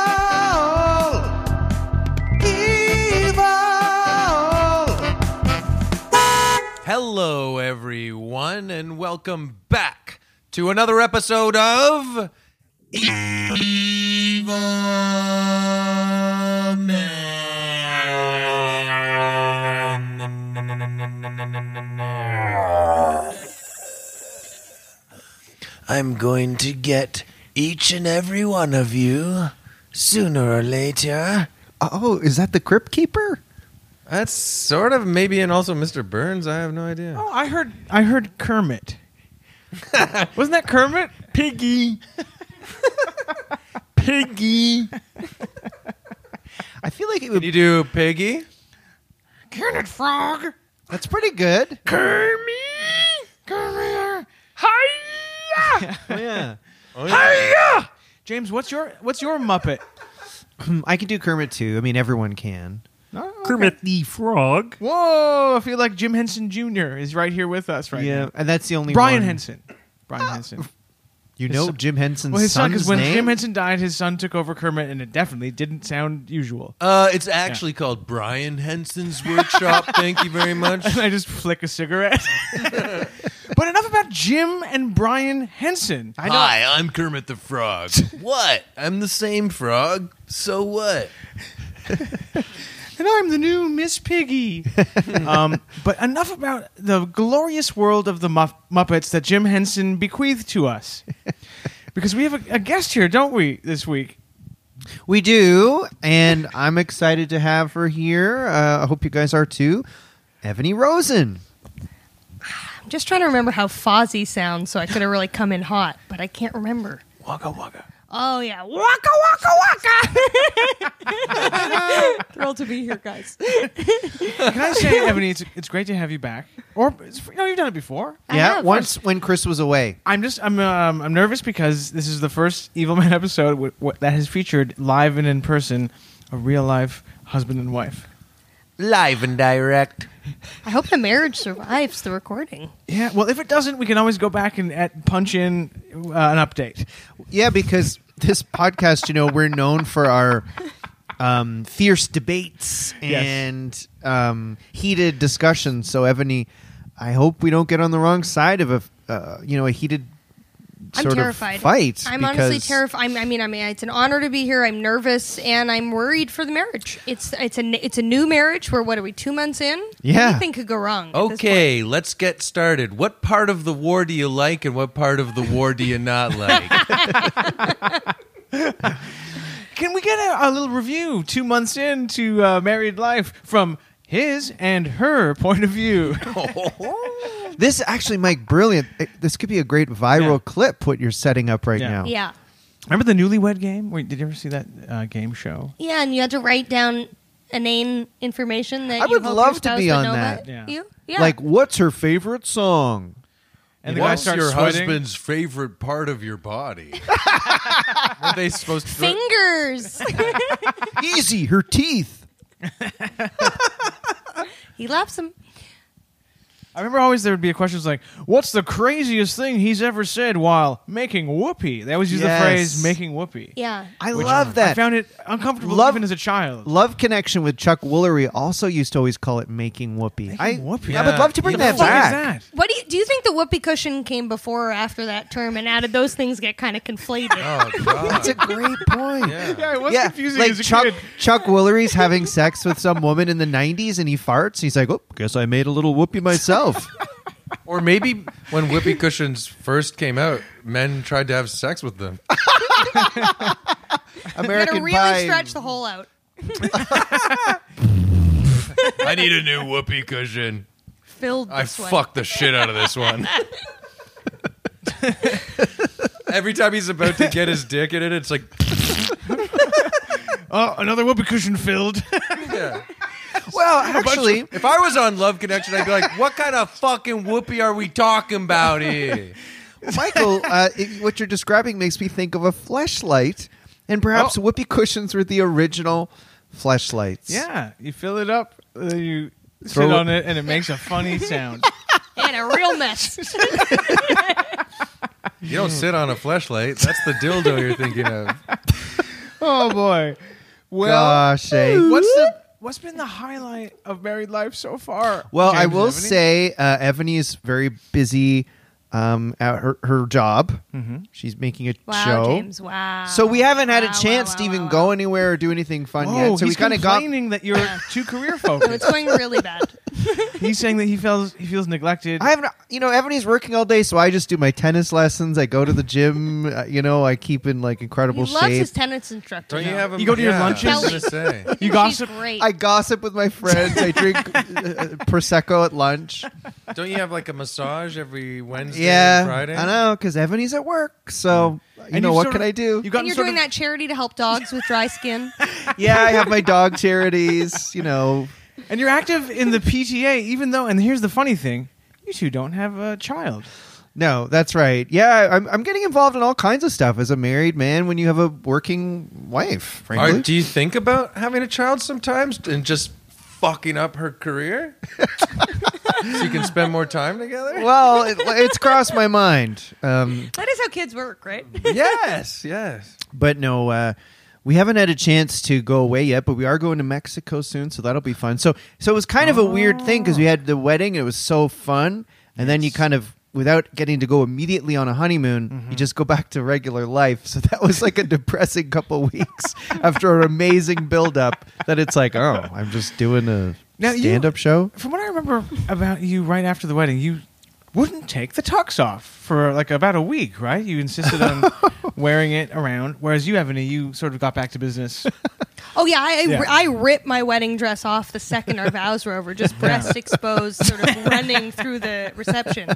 Evil. Evil. Hello, everyone, and welcome back to another episode of Evil Man. I'm going to get each and every one of you sooner or later. Oh, is that the Crypt Keeper? That's sort of maybe, and also Mr. Burns. I have no idea. Oh, I heard I heard Kermit. Wasn't that Kermit? Piggy. Piggy. I feel like it would Can you do Piggy? Kermit Frog. That's pretty good. Kermit. Kermit. Hiya. yeah. Hiya. James, what's your what's your Muppet? I can do Kermit too. I mean, everyone can. Kermit the Frog. Whoa, I feel like Jim Henson Jr. is right here with us right yeah, now. and that's the only Brian one. Henson. Brian Henson. You know son- Jim Henson's Well, his son, son's because when name. Jim Henson died, his son took over Kermit, and it definitely didn't sound usual. Uh, it's actually called Brian Henson's Workshop. Thank you very much. and I just flick a cigarette. but enough about Jim and Brian Henson. I Hi, I'm Kermit the Frog. what? I'm the same frog. So what? and I'm the new Miss Piggy. um, but enough about the glorious world of the Muff- Muppets that Jim Henson bequeathed to us. Because we have a, a guest here, don't we, this week? We do, and I'm excited to have her here. Uh, I hope you guys are too. Ebony Rosen. Just trying to remember how Fozzie sounds, so I could have really come in hot, but I can't remember. Waka waka. Oh yeah, waka waka waka. Thrilled to be here, guys. Can I say, Ebony, it's, it's great to have you back. Or, it's, no, you've done it before. I yeah, have. once when Chris was away. I'm just I'm um, I'm nervous because this is the first Evil Man episode w- w- that has featured live and in person a real life husband and wife. Live and direct. I hope the marriage survives the recording. Yeah, well, if it doesn't, we can always go back and at, punch in uh, an update. Yeah, because this podcast, you know, we're known for our um, fierce debates Yes. and um, heated discussions. So, Ebony, I hope we don't get on the wrong side of a uh, you know a heated I'm sort terrified. of fight. I'm honestly because- terrified. I'm, I mean, I mean, it's an honor to be here. I'm nervous and I'm worried for the marriage. It's it's a n- it's a new marriage. We're what are we two months in? Yeah. anything could go wrong. at this point. Okay, let's get started. What part of the war do you like and what part of the war do you not like? Can we get a, a little review two months into uh, married life from his and her point of view? This actually, Mike, brilliant. It- this could be a great viral Yeah. clip. What you're setting up right Yeah. now. Yeah, Remember the Newlywed Game? Wait, did you ever see that uh, game show? yeah, and you had to write down inane information that I you would hope love your to spouse be would on know that. Yeah. about You? Yeah, Like, what's her favorite song? And the guy What's starts your sweating. husband's favorite part of your body? Are they supposed to? fingers. Easy, her teeth. he loves them. I remember always there would be questions like, "What's the craziest thing he's ever said while making whoopee?" They always use Yes. the phrase "making whoopee." Yeah. I love that. I found it uncomfortable Love- even as a child. Love Connection with Chuck Woolery also used to always call it making whoopee. I, whoopee. I would love to bring What the that fuck back. is that? What do you do? You think the whoopee cushion came before or after that term? And how did those things get kind of conflated? Oh, God. That's a great point. Yeah, it was Yeah, confusing like as a Chuck kid. Chuck Woolery's having sex with some woman in the '90s, and he farts. He's like, "Oh, guess I made a little whoopee myself." Or maybe when whoopee cushions first came out, men tried to have sex with them. You're American gonna really Pie. stretch the hole out. I need a new whoopee cushion. filled I this one. fucked the shit out of this one. Every time he's about to get his dick in it, it's like, Oh, another whoopee cushion filled. Well, actually, if I was on Love Connection, I'd be like, what kind of fucking whoopee are we talking about here? Michael, uh, it, what you're describing makes me think of a fleshlight, and perhaps Oh. whoopee cushions were the original fleshlights. yeah, you fill it up, uh, you Throw sit it- on it, and it makes a funny sound. and a real mess. You don't sit on a fleshlight. That's the dildo you're thinking of. oh boy. Well, Gosh, eh? what's the what's been the highlight of married life so far? Well, I James will Evany? say, uh, Ebony is very busy um, at her, her job. Mm-hmm. She's making a Wow, show. James. Wow. So we haven't had Wow, a wow, chance wow, to even wow, go wow. anywhere or do anything fun Oh, yet. So we he's kind of got. complaining that you're too career So it's focused. going really bad. he's saying that he feels he feels neglected. I haven't, you know, Ebony's working all day, so I just do my tennis lessons. I go to the gym. uh, you know, I keep in like He incredible loves shape. his tennis instructor. Don't you now. have a You go to your yeah, I was lunches? gonna say. you She's gossip. great. I gossip with my friends. I drink uh, prosecco at lunch. Don't you have like a massage every Wednesday yeah, and Friday? I know because Ebony's at work. So you And know you've what sort can of- I do? You've and gotten you're sort doing of, that charity to help dogs with dry skin. yeah, I have my dog charities. You know, and you're active in the PTA, even though. And here's the funny thing: you two don't have a child. No, that's right. Yeah, I'm, I'm getting involved in all kinds of stuff as a married man when you have a working wife, Are, frankly. do you think about having a child sometimes and just fucking up her career so you can spend more time together? well, it, it's crossed my mind. Um, that is how kids work, right? Mm-hmm. Yes, yes. but no, uh, we haven't had a chance to go away yet, but we are going to Mexico soon, so that'll be fun. So, so it was kind of a weird thing because we had the wedding, it was so fun. And then you kind of, without getting to go immediately on a honeymoon, Mm-hmm. you just go back to regular life. So that was like a depressing couple weeks after an amazing build-up that it's like, oh, I'm just doing a Now, you- stand-up show. From what I remember about you, right after the wedding, you wouldn't take the tux off for like about a week, right? You insisted on wearing it around, whereas you, Ebony, you sort of got back to business. Oh yeah, I, I- Yeah. I ripped my wedding dress off the second our vows were over, just breast exposed, sort of running through the reception.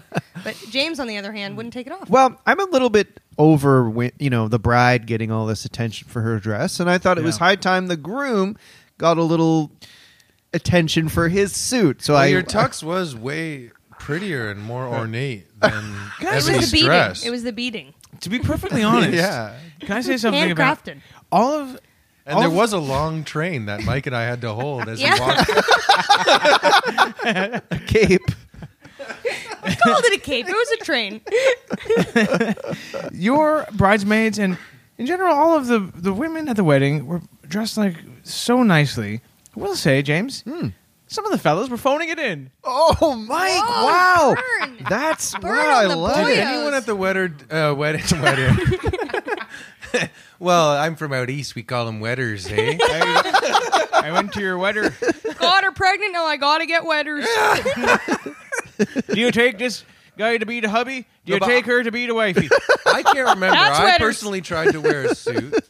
But James, on the other hand, wouldn't take it off. Well, I'm a little bit over, wi- you know, the bride getting all this attention for her dress, and I thought it was Yeah. high time the groom got a little attention for his suit. So I, Well, your tux was way prettier and more ornate than it was Ebony's the beating. dress. It was the beating, to be perfectly honest, yeah. Can I say something about handcrafted. all of? And all there of- was a long train that Mike and I had to hold as Yeah. we walked. I cape. I called it a cape. It was a train. your bridesmaids and in general all of the the women at the wedding were dressed like so nicely. I will say, James, Hmm. some of the fellas were phoning it in. Oh, Mike! Oh, wow, burn. that's Burn wow! I on the love boy. it. Did anyone at the wedding? Uh, wedding, wedding. well, I'm from out east. We call them wedders, eh? I went to your wedding. Got her pregnant. Now I gotta get wetters. Do you take this guy to be the hubby? Do you No, but- take her to be the wifey? I can't remember. That's I wedders. personally tried to wear a suit. I-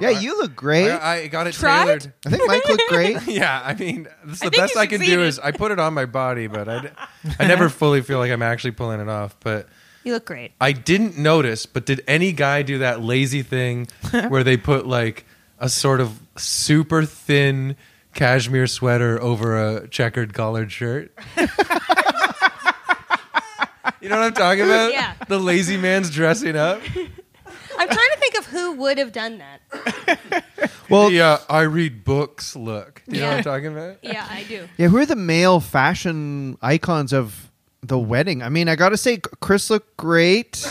Yeah, I- you look great. I, I, I got it Tried? tailored. think Mike looked great. Yeah, I mean, this is I the think best you I can do succeeded. is I put it on my body, but I, d- I never fully feel like I'm actually pulling it off. But You look great. I didn't notice, but did any guy do that lazy thing where they put like a sort of super thin cashmere sweater over a checkered collared shirt? you know what I'm talking about? Yeah. The lazy man's dressing up. I'm trying to think of who would have done that. Well, yeah. Yeah, uh, I read books. Look, you know what Yeah. I'm talking about? Yeah, I do. who are the male fashion icons of the wedding? I mean, I gotta say, Chris looked great.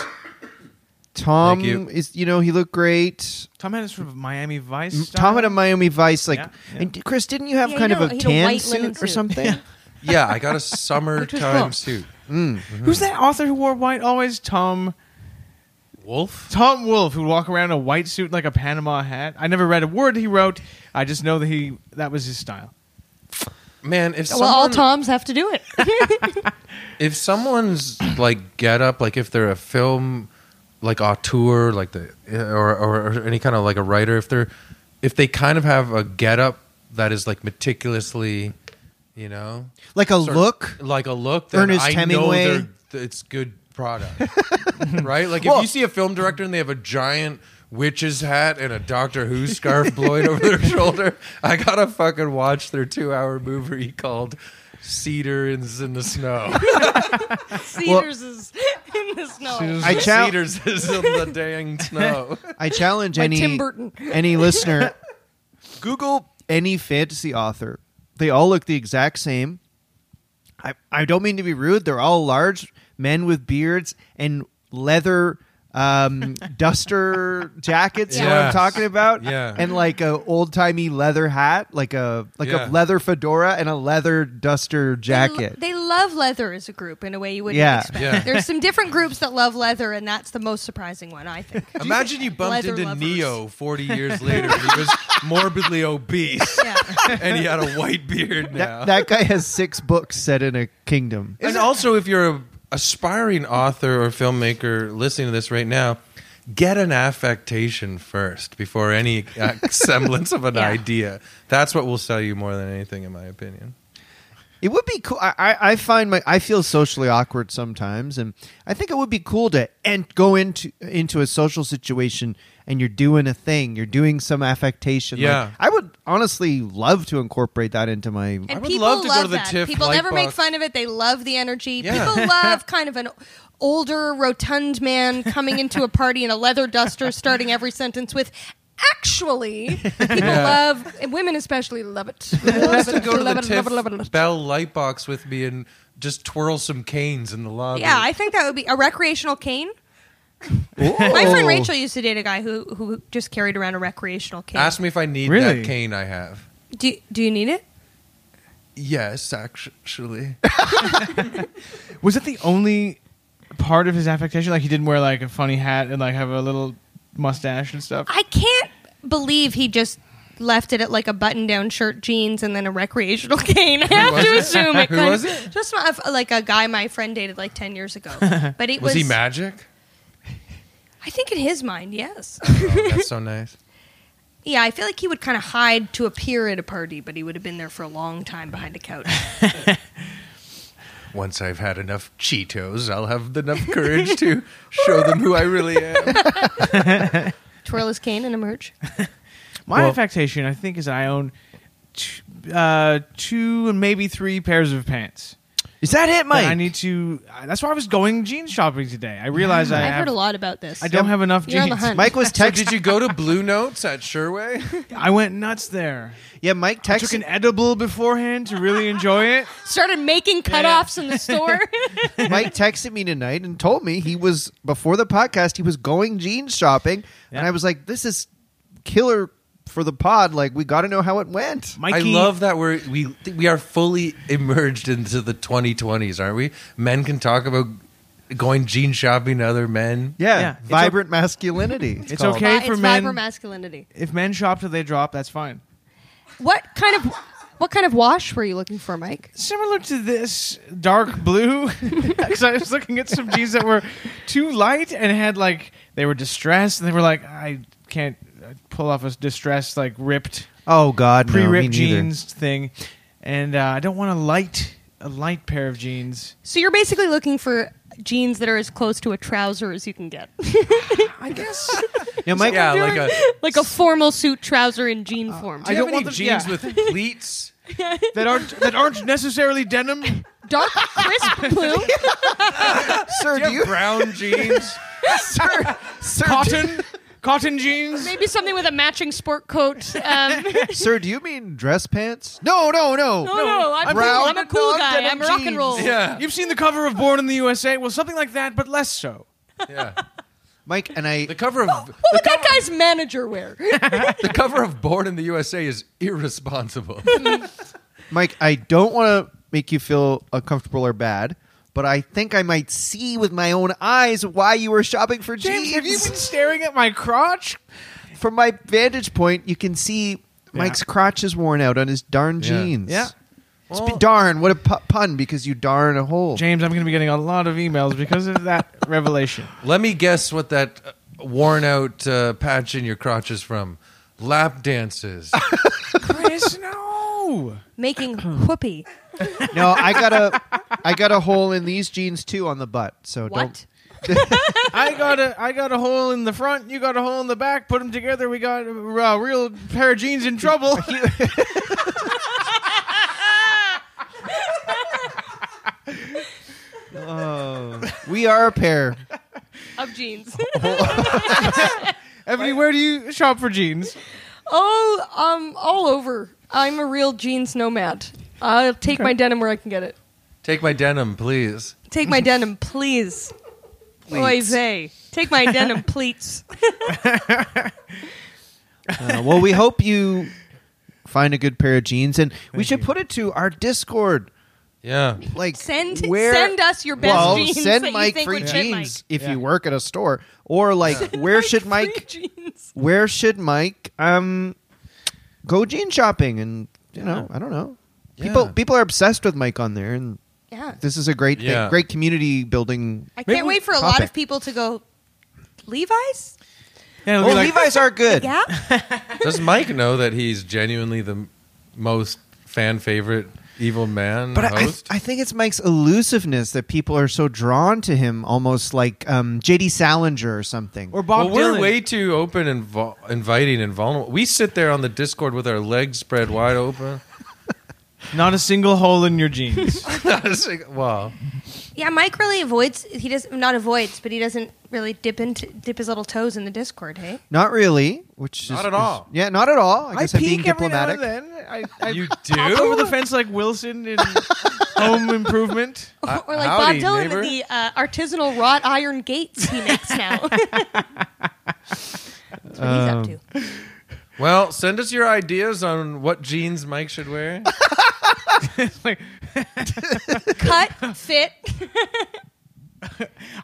Tom Thank you. is, you know, he looked great. Tom had a sort of Miami Vice. Style. Tom had a Miami Vice, like, Yeah, yeah. and Chris, didn't you have Yeah, kind you of a know, he had a tan white linen suit or suit. something? Yeah, I got a was summertime Wolf. suit. Who's that author who wore white always? Tom Wolf? Tom Wolfe, who would walk around in a white suit like a Panama hat. I never read a word he wrote. I just know that he that was his style. Man, if Well, all someone- Toms have to do it. if someone's like get up like if they're a film like auteur like the or, or or any kind of like a writer if they're if they kind of have a get up that is like meticulously You know, Like a Sort of look. like a look. That Ernest I Hemingway. know they're- th- it's good product, right? Like Well- if you see a film director and they have a giant witch's hat and a Doctor Who scarf blowing over their shoulder, I gotta fucking watch their two-hour movie called "Cedars in the Snow." Cedars is in the snow. I chal- Cedars is in the dang snow. I challenge By any Tim Burton. any listener. Google any fantasy author. They all look the exact same. I I don't mean to be rude. They're all large men with beards and leather um, duster jackets. You know what I'm Yes. talking about? Yeah. And like a old timey leather hat, like a like Yeah. a leather fedora and a leather duster jacket. They, love leather as a group in a way you wouldn't Yeah. expect. Yeah. There's some different groups that love leather, and that's the most surprising one, I think. Imagine you bumped Leather into lovers. Neo 40 years later. and he was morbidly obese Yeah. and he had a white beard now. that, that guy has six books set in a kingdom. and also, if you're a aspiring author or filmmaker listening to this right now, get an affectation first before any uh, semblance of an Yeah. idea. That's what will sell you more than anything, in my opinion. It would be cool. I, I, I find my I feel socially awkward sometimes, and I think it would be cool to and go into into a social situation and you're doing a thing, you're doing some affectation. Like, Yeah. I would honestly love to incorporate that into my. And I would people love to go love to the that. TIFF people light never make box. fun of it. They love the energy. Yeah. People love kind of an older, rotund man coming into a party in a leather duster, starting every sentence with. Actually, people love, and women especially love it. Love To it, go to love the it, love it, love TIFF it, love it. Bell Lightbox with me and just twirl some canes in the lobby. Yeah, I think that would be a recreational cane. My friend Ooh. Rachel used to date a guy who who just carried around a recreational cane. Ask me if I need Really? that cane I have. do do you need it? Yes, actually. Was that the only part of his affectation? Like he didn't wear like a funny hat and like have a little mustache and stuff. I can't believe he just left it at like a button-down shirt, jeans, and then a recreational cane. I have to assume it. Who kind was of- it? Just my- like a guy my friend dated like ten years ago. But it was, Was he magic? I think in his mind, yes. Oh, that's so nice. yeah, I feel like he would kind of hide to appear at a party, but he would have been there for a long time behind a couch. Once I've had enough Cheetos, I'll have enough courage to show them who I really am. Twirl his cane and emerge. My Well- affectation, I think, is I own two, uh, two and maybe three pairs of pants. Is that it, But Mike? I need to. Uh, that's why I was going jeans shopping today. I realized I I've have, heard a lot about this. I don't have enough You're on jeans. the hunt. Mike was So text. did you go to Blue Notes at Sherway? I went nuts there. yeah, Mike I took texted. an edible beforehand to really enjoy it. started making cutoffs in the store. Mike texted me tonight and told me he was before the podcast. He was going jeans shopping, and Yeah. I was like, "This is killer for the pod. Like, we got to know how it went." I Mikey, love that we're we we are fully emerged into the 2020s, aren't we? Men can talk about going jean shopping to other men. Yeah, Yeah. It's vibrant masculinity. It's, It's called. okay. it's for men. vibrant masculinity. if men shop till they drop, that's fine. What kind of what kind of wash were you looking for, Mike? Similar to this dark blue, because I was looking at some jeans that were too light and had like they were distressed, and they were like, I can't uh, pull off a distressed like ripped Oh God, no, me pre-ripped neither. jeans thing, and uh, I don't want a light a light pair of jeans. So you're basically looking for jeans that are as close to a trouser as you can get, I guess Yeah, Mike, yeah, like a. like a formal suit trouser in jean Uh, form. I don't don't want want them- jeans yeah. with pleats. that aren't that aren't necessarily denim. Dark crisp blue. sir, Do do you you, have brown jeans? sir, sir, do, Cotton, cotton jeans. Maybe something with a matching sport coat. Um, no, sir, do you mean dress pants? No, no, no. no, I'm, cool. brown I'm a cool guy. non-denim I'm rock and roll. jeans. Yeah, You've seen the cover of Born in the USA. Well, something like that, but less so. yeah. Mike and I. The cover Oh. of What would that guy's manager wear? the cover of Born in the USA is irresponsible. Mike, I don't want to make you feel uncomfortable or bad, but I think I might see with my own eyes why you were shopping for James, have you jeans. been staring at my crotch? From my vantage point, you can see Mike's crotch is worn out on his darn Yeah. jeans. Yeah. It's been- darn, what a pu- pun because you darn a hole. James, I'm going to be getting a lot of emails because of that revelation. Let me guess what that uh, worn out uh, patch in your crotch is from. Lap dances. Chris, no. Making whoopee. No, I got a I got a hole in these jeans too on the butt. So What? don't I got a I got a hole in the front. You got a hole in the back. Put them together. We got a real pair of jeans in trouble. we are a pair. Of jeans. Ebony, where do you shop for jeans? oh, um, all over. I'm a real jeans nomad. I'll take my denim where I can get it. Take my denim, please. Take my denim, please. Oy vey. Take my denim, pleats. Uh, well, we hope you find a good pair of jeans, and we should put it to our Discord. Yeah. Like Send where, send us your best well, jeans. send that Mike you think free would fit Mike. jeans if you work at a store, or like where should Mike Free jeans. where should Mike um go jean shopping and you know I don't know people Yeah. people are obsessed with Mike on there and Yeah. this is a great Yeah. thing, great community building. I Maybe can't we- wait for a lot topic. of people to go, Levi's? Yeah, it'll Oh, be like, Levi's are good. Yeah? Does Mike know that he's genuinely the m- most fan favorite evil man But I, I, host? I think it's Mike's elusiveness that people are so drawn to him, almost like um, J.D. Salinger or something. or Bob well, Dylan. we're way too open and vul- inviting and vulnerable. We sit there on the Discord with our legs spread wide open. Not a single hole in your jeans. It's like, wow. Yeah, Mike really avoids. He does not avoids, but he doesn't really dip into dip his little toes in the Discord. Hey, not really, which Not is, at all. is- yeah, not at all. I guess I am being peek every now diplomatic. and then. I, I You pop over do? the fence like Wilson in Home Improvement. or like howdy, Bob Dylan neighbor. and the uh, artisanal wrought iron gates he makes now. That's what he's up to. Well, send us your ideas on what jeans Mike should wear. Cut, fit.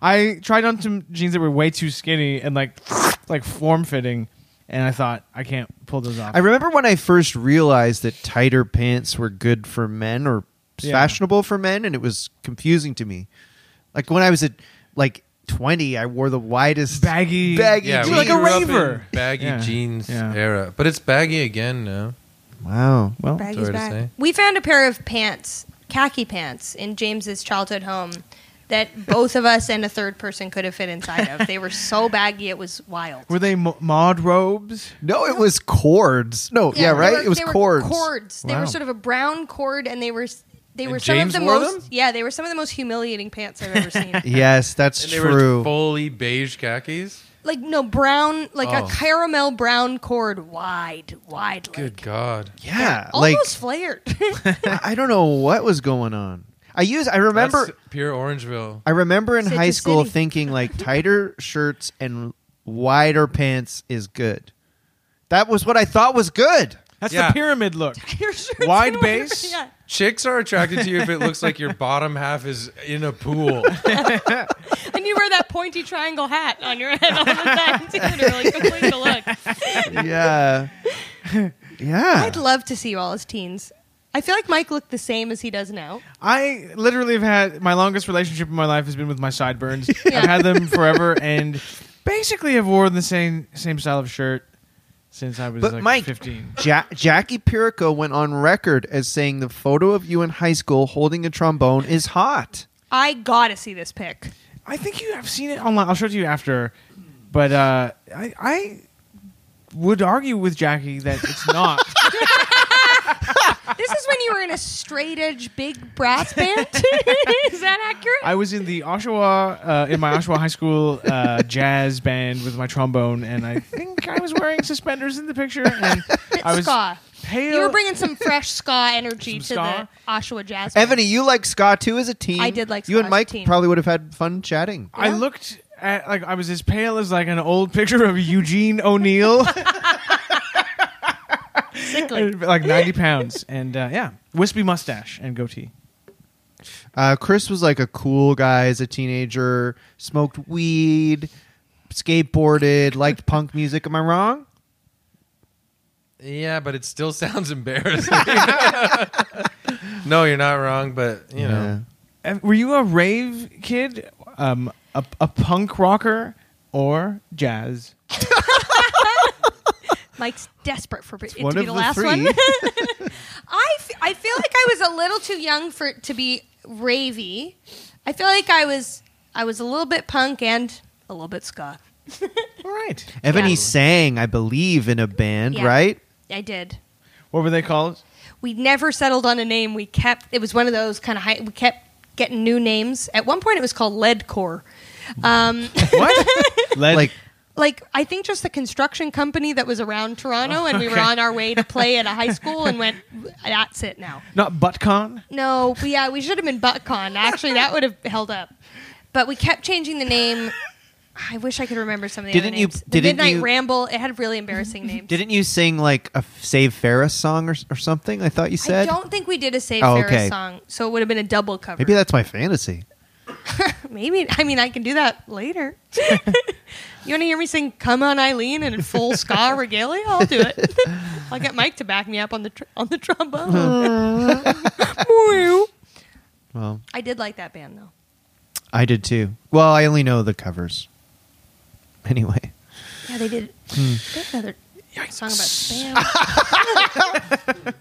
I tried on some jeans that were way too skinny and like like form fitting, and I thought I can't pull those off. I remember when I first realized that tighter pants were good for men or Yeah. fashionable for men, and it was confusing to me. Like when I was at like twenty, I wore the widest baggy, baggy Yeah, jeans. You're we like a grew up in raver. baggy Yeah, jeans yeah. era, but it's baggy again now. wow. Well, Baggy's Sorry to back. say. We found a pair of pants, khaki pants, in James's childhood home that both of us and a third person could have fit inside of. They were so baggy, it was wild. Were they mo- mod robes? no, it was cords. No, yeah, they right. were- it was they were cords. cords. They Wow. were sort of a brown cord, and they were they And were some James of the wore most them? yeah they were some of the most humiliating pants I've ever seen. Yes, that's And they were true. fully beige khakis. like no brown, like Oh. a caramel brown cord, wide, wide. like, Good God. yeah, like almost flared. I I don't know what was going on. I use. I remember. That's pure Orangeville. I remember in Citrus high school City. thinking like tighter shirts and wider pants is good. That was what I thought was good. That's Yeah. the pyramid look. Your shirt's Wide gonna- base? Yeah. Chicks are attracted to you if it looks like your bottom half is in a pool. And you wear that pointy triangle hat on your head all the time too to really complete the look. Yeah. yeah. I'd love to see you all as teens. I feel like Mike looked the same as he does now. I literally have had my longest relationship in my life has been with my sideburns. Yeah. I've had them forever, and basically have worn the same same style of shirt since I was But like Mike- fifteen. Ja- Jackie Pirico went on record as saying the photo of you in high school holding a trombone is hot. I gotta see this pic. I think you have seen it online. I'll show it to you after, but uh, I, I would argue with Jackie that it's not. This is when you were in a straight edge big brass band. is that accurate? I was in the Oshawa, uh, in my Oshawa High School uh, jazz band with my trombone, and I think I was wearing suspenders in the picture. And I was ska. pale. You were bringing some fresh ska energy to Some ska? the Oshawa Jazz. Band. Ebony, you like ska too as a teen. I did like You ska and as a Mike teen. probably would have had fun chatting. I looked at like I was as pale as like an old picture of Eugene O'Neill, Sickly. like ninety pounds, and uh, yeah, wispy mustache and goatee. Uh, Chris was like a cool guy as a teenager, smoked weed, skateboarded, liked punk music. Am I wrong? yeah, but it still sounds embarrassing. no, you're not wrong, but you know. Uh, Were you a rave kid, um, a, a punk rocker, or jazz? Mike's desperate for it to One be of the the last three. one. I, f- I feel like I was a little too young for it to be ravey. I feel like I was I was a little bit punk and a little bit ska. All right. Ebony sang, I believe, in a band, Yeah. right? I did. What were they called? We never settled on a name. We kept it was one of those kind of high. We kept getting new names. At one point, it was called Leadcore. Um, What? Lead- Like like I think just the construction company that was around Toronto, and we were on our way to play at a high school, and went, "That's it now." not Buttcon? No, we, yeah, we should have been ButtCon. Actually, that would have held up. But we kept changing the name. I wish I could remember some of the Didn't other you- names. the didn't Midnight you- Ramble. It had really embarrassing names. didn't you sing like a F- Save Ferris song or, or something? I thought you I said. don't think we did a Save Oh, Ferris okay. song, so it would have been a double cover. Maybe that's my fantasy. Maybe I mean I can do that later. you want to hear me sing "Come on, Eileen" and in full ska regalia? I'll do it. I'll get Mike to back me up on the tr- on the trombone. Well, I did like that band though. I did too. Well, I only know the covers. Anyway, Yeah, they did. Hmm. They had another song about spam.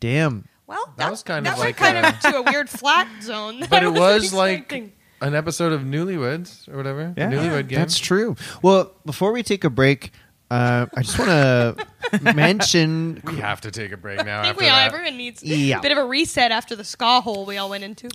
damn. Well, that, That was kind that of went like kind a- of to a weird flat zone. that But I it wasn't was like expecting. an episode of Newlyweds or whatever. Yeah. Newlywed game. That's true. Well, before we take a break, uh, I just want to mention. we have to take a break now. I think after we all that. everyone needs Yeah. a bit of a reset after the ska hole we all went into.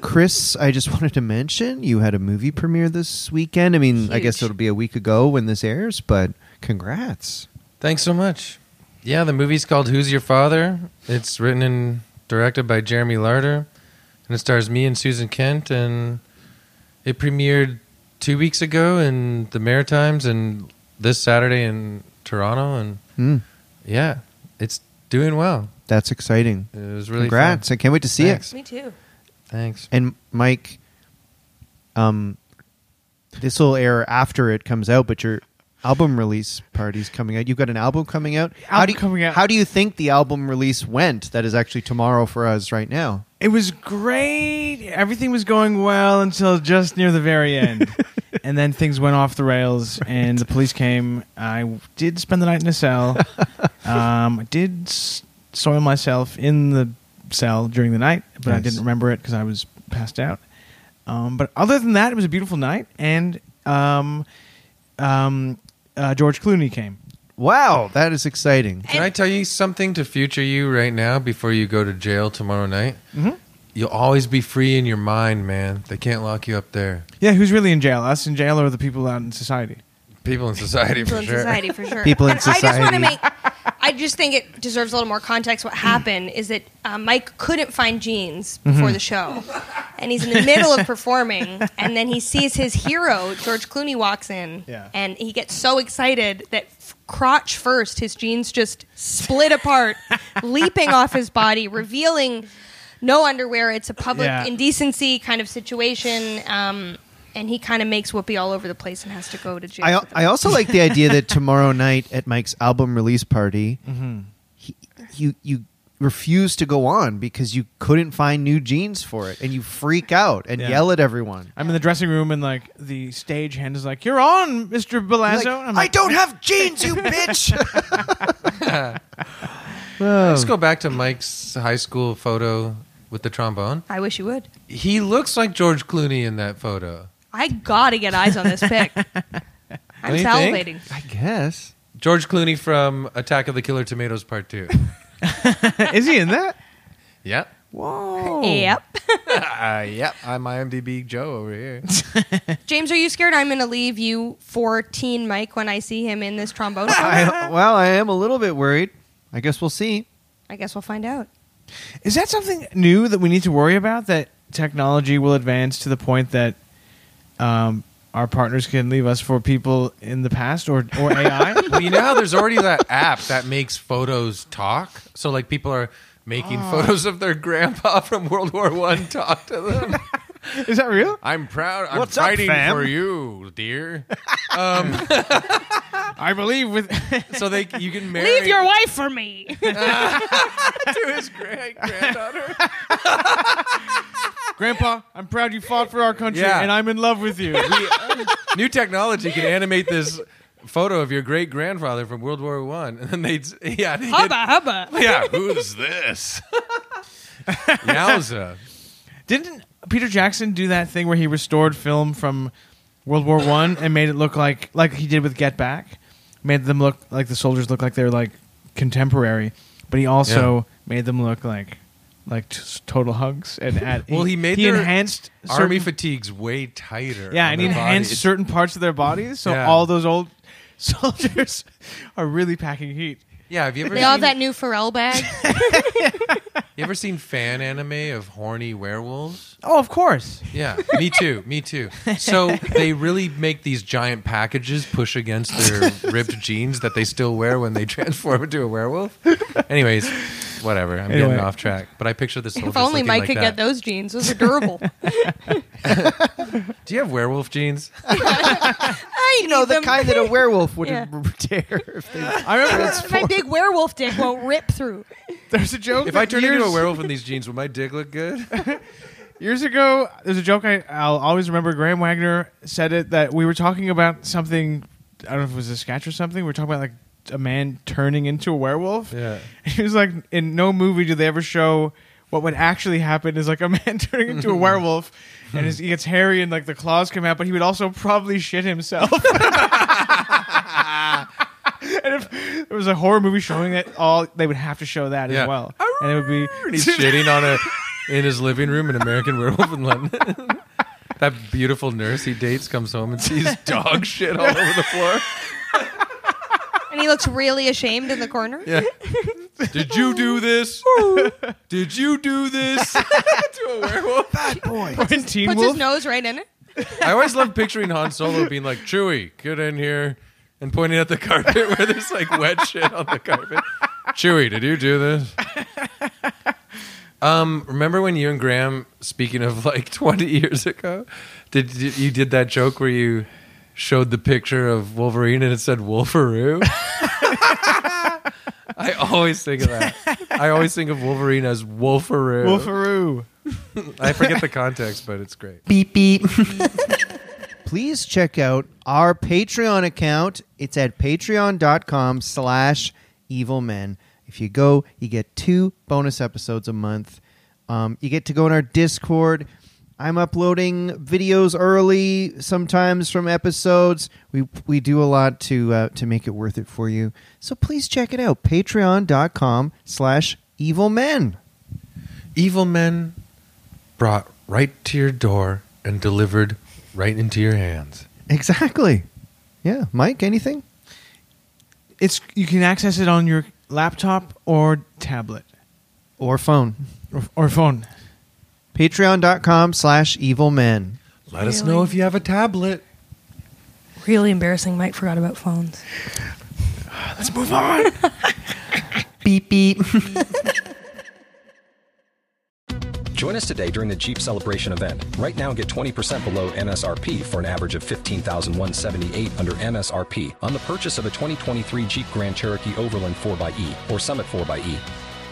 Chris, I just wanted to mention you had a movie premiere this weekend. I mean, I guess Huge. it'll be a week ago when this airs, but congrats. Thanks so much. Yeah, the movie's called Who's Your Father? It's written and directed by Jeremy Larder, and it stars me and Susan Kent. And it premiered two weeks ago in the Maritimes, and this Saturday in Toronto. And Mm, yeah, it's doing well. that's exciting. It was really congrats. Fun. I can't wait to see Thanks. it. Me too. Thanks. And Mike, um, this will air after it comes out, but your album release party's coming out. You've got an album coming out. how Album do you, coming out. How do you think the album release went? That is actually tomorrow for us right now. It was great. Everything was going well until just near the very end. and then things went off the rails and the police came. I did spend the night in a cell. um, I did s- soil myself in the cell during the night, but I Nice. didn't remember it because I was passed out. Um, but other than that, it was a beautiful night. And um, um, uh, George Clooney came. Wow, that is exciting. Can I tell you something to future you right now before you go to jail tomorrow night? Mhm. You'll always be free in your mind, man. They can't lock you up there. Yeah, who's really in jail? Us in jail or the people out in society? People in society, People for in sure. society for sure. People in And I just want society. to make. I just think it deserves a little more context. What happened is that uh, Mike couldn't find jeans Mm-hmm. before the show, and he's in the middle of performing, and then he sees his hero George Clooney walks in, Yeah. and he gets so excited that f- crotch first, his jeans just split apart, leaping off his body, revealing no underwear. It's a public Yeah. indecency kind of situation. Um, and he kind of makes whoopee all over the place and has to go to jail. I, for that. I also like the idea that tomorrow night at Mike's album release party, he, you you refuse to go on because you couldn't find new jeans for it, and you freak out and Yeah. yell at everyone. I'm in the dressing room and like the stage hand is like, "You're on, Mr. Belazzo." Like, And I'm I don't have jeans, you bitch. Let's go back to Mike's high school photo with the trombone. I wish you would. He looks like George Clooney in that photo. I gotta get eyes on this pic. I'm Don't you think? salivating. I guess. George Clooney from Attack of the Killer Tomatoes Part 2. Is he in that? yep. Oh. Whoa. Yep. Uh, yep. I'm IMDb Joe over here. James, are you scared I'm gonna leave you for Teen Mike when I see him in this trombone? song? I, well, I am a little bit worried. I guess we'll see. I guess we'll find out. Is that something new that we need to worry about? That technology will advance to the point that um, our partners can leave us for people in the past or or AI. well, you know how there's already that app that makes photos talk? So, like, people are making photos of their grandpa from World War One talk to them. is that real? I'm proud. I'm What's up, fighting fam? for you, dear. I believe with So they you can marry Leave your wife for me. to his great granddaughter. Grandpa. I'm proud you fought for our country, Yeah. and I'm in love with you. New technology can animate this photo of your great grandfather from World War One, and then they'd yeah they Hubba hubba. yeah who's this? Yowza! Didn't Peter Jackson do that thing where he restored film from World War One and made it look like like he did with Get Back, made them look like the soldiers look like they're like contemporary, but he also made them look like like just total hugs and at Well, he made their enhanced Army certain- fatigue's way tighter. yeah on and he their enhanced bodies. certain parts of their bodies so Yeah. all those old soldiers are really packing heat. Yeah, have you ever They all seen, have that new Pharrell bag. you ever seen fan anime of horny werewolves? Oh, of course. Yeah, me too, me too. So they really make these giant packages push against their ripped jeans that they still wear when they transform into a werewolf. Anyways, whatever. I'm Anyway. getting off track, but I picture this. if only Mike could get those jeans. Those are durable. Do you have werewolf jeans? I You know, need the them. kind that a werewolf would Yeah. tear if they I remember My big werewolf dick won't rip through. there's a joke. If that I turned years- into a werewolf in these jeans, would my dick look good? Years ago, there's a joke I, I'll always remember. Graham Wagner said it that we were talking about something. I don't know if it was a sketch or something. We were talking about like a man turning into a werewolf. Yeah. He was like, in no movie do they ever show what would actually happen is like a man turning into a werewolf and his, he gets hairy and like the claws come out, but he would also probably shit himself. And if there was a horror movie showing it all, they would have to show that Yeah. as well. And it would be He's shitting on a in his living room in American Werewolf in London. that beautiful nurse he dates comes home and sees dog shit all over the floor. And he looks really ashamed in the corner. Yeah. Did you do this? Did you do this to a werewolf? Puts Teen Puts Wolf. his nose right in it. I always love picturing Han Solo being like, Chewie, get in here, and pointing at the carpet where there's like wet shit on the carpet. Chewie, did you do this? Um, remember when you and Graham, speaking of like 20 years ago, did, did you did that joke where you showed the picture of Wolverine and it said Wolveroo? I always think of that. I always think of Wolverine as Wolfaroo. Wolfaroo. I forget the context, but it's great. please check out our patreon account it's at patreon.com slash evil men if you go you get two bonus episodes a month um, you get to go in our discord i'm uploading videos early sometimes from episodes we, we do a lot to uh, to make it worth it for you so please check it out patreon.com slash evil men evil men brought right to your door and delivered right into your hands. exactly yeah mike anything It's you can access it on your laptop or tablet or phone or, or phone. patreon.com slash evil men Let us know if you have a tablet. Really embarrassing. Mike forgot about phones. Let's move on. beep beep Join us today during the Jeep Celebration event. Right now, get 20% below MSRP for an average of 15178 under MSRP on the purchase of a 2023 Jeep Grand Cherokee Overland 4xE or Summit 4xE.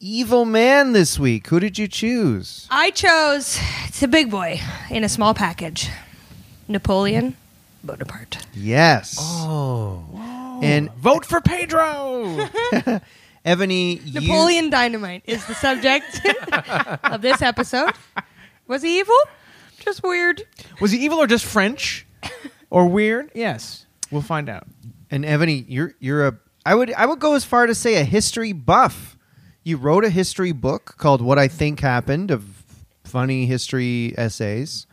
evil man this week. Who did you choose? I chose it's a big boy in a small package. Napoleon Bonaparte. Yes. Oh. And Vote for Pedro. Ebony, you- Napoleon Dynamite is the subject of this episode. Was he evil? Just weird. Was he evil or just French or weird? Yes, we'll find out. and Ebony, you're you're a I would I would go as far to say a history buff. You wrote a history book called What I Think Happened of funny history essays,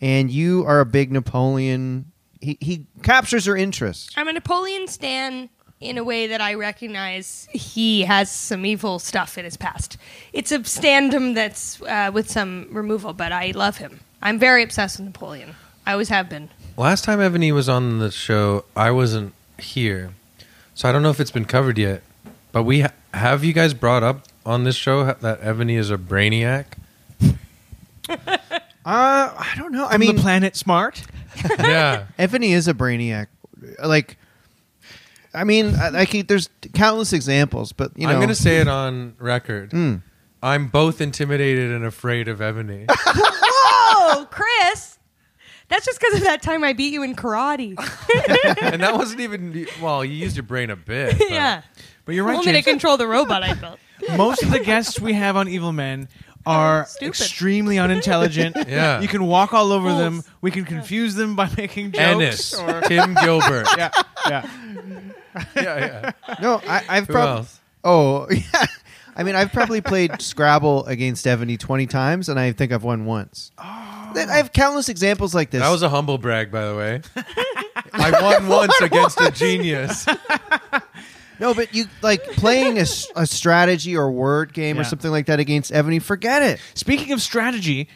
and you are a big Napoleon. He, he captures your interest. I'm a Napoleon stan in a way that I recognize he has some evil stuff in his past. It's a standum that's uh, with some removal, but I love him. I'm very obsessed with Napoleon. I always have been. Last time Ebony was on the show, I wasn't here. So I don't know if it's been covered yet. But we ha- have you guys brought up on this show ha- that Ebony is a brainiac. Uh, I don't know. I mean- the planet smart. yeah, Ebony is a brainiac. Like, I mean, I, I can, there's countless examples, but you know, I'm going to say it on record. Hmm. I'm both intimidated and afraid of Ebony. Oh, Chris. That's just because of that time I beat you in karate. and that wasn't even well. You used your brain a bit. but- yeah. But you're right, Only to James. control the robot, I felt. Most of the guests we have on Evil Men are Stupid. extremely unintelligent. Yeah. You can walk all over Fools. them. We can confuse them by making jokes. Ennis, or- Tim Gilbert. yeah, yeah, yeah. yeah. no, I, I've Who probably. else? Oh, yeah. I mean, I've probably played Scrabble against Ebony 20 times, and I think I've won once. Oh. That- I have countless examples like this. That was a humble brag, by the way. I won once against a genius. no, but you like playing a, s- a strategy or word game or Yeah. something like that against Ebony. Forget it. Speaking of strategy,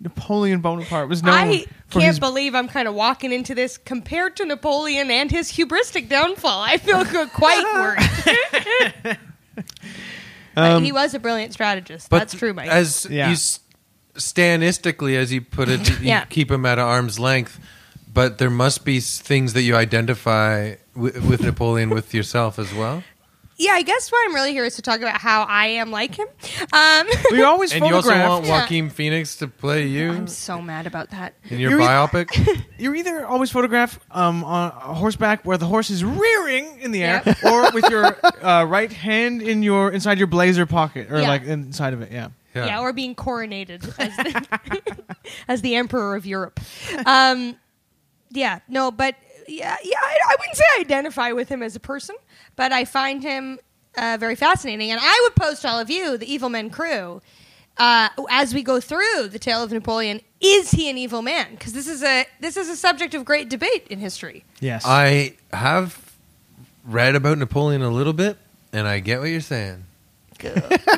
Napoleon Bonaparte was known I for can't his believe I'm kind of walking into this compared to Napoleon and his hubristic downfall. I feel g- quite worried. but Um, he was a brilliant strategist. That's true, Mike. As Yeah. you s- stanistically, as you put it, you Yeah. keep him at arm's length. But there must be s- things that you identify w- with Napoleon with yourself as well. yeah, I guess why I'm really here is to talk about how I am like him. Um, We always And you also photograph. want Joaquin Phoenix to play you I'm so mad about that. in your You're either- biopic. you either always photograph um, on a horseback where the horse is rearing in the air, Yep. or with your uh, right hand in your inside your blazer pocket, or Yeah. like inside of it. Yeah. Yeah. or being coronated as the, as the emperor of Europe. Um, yeah, no, but yeah, yeah, I, I wouldn't say I identify with him as a person, but I find him uh, very fascinating. And I would post to all of you, the Evil Men crew, uh, as we go through the tale of Napoleon, is he an evil man? Because this is a this is a subject of great debate in history. Yes. I have read about Napoleon a little bit, and I get what you're saying.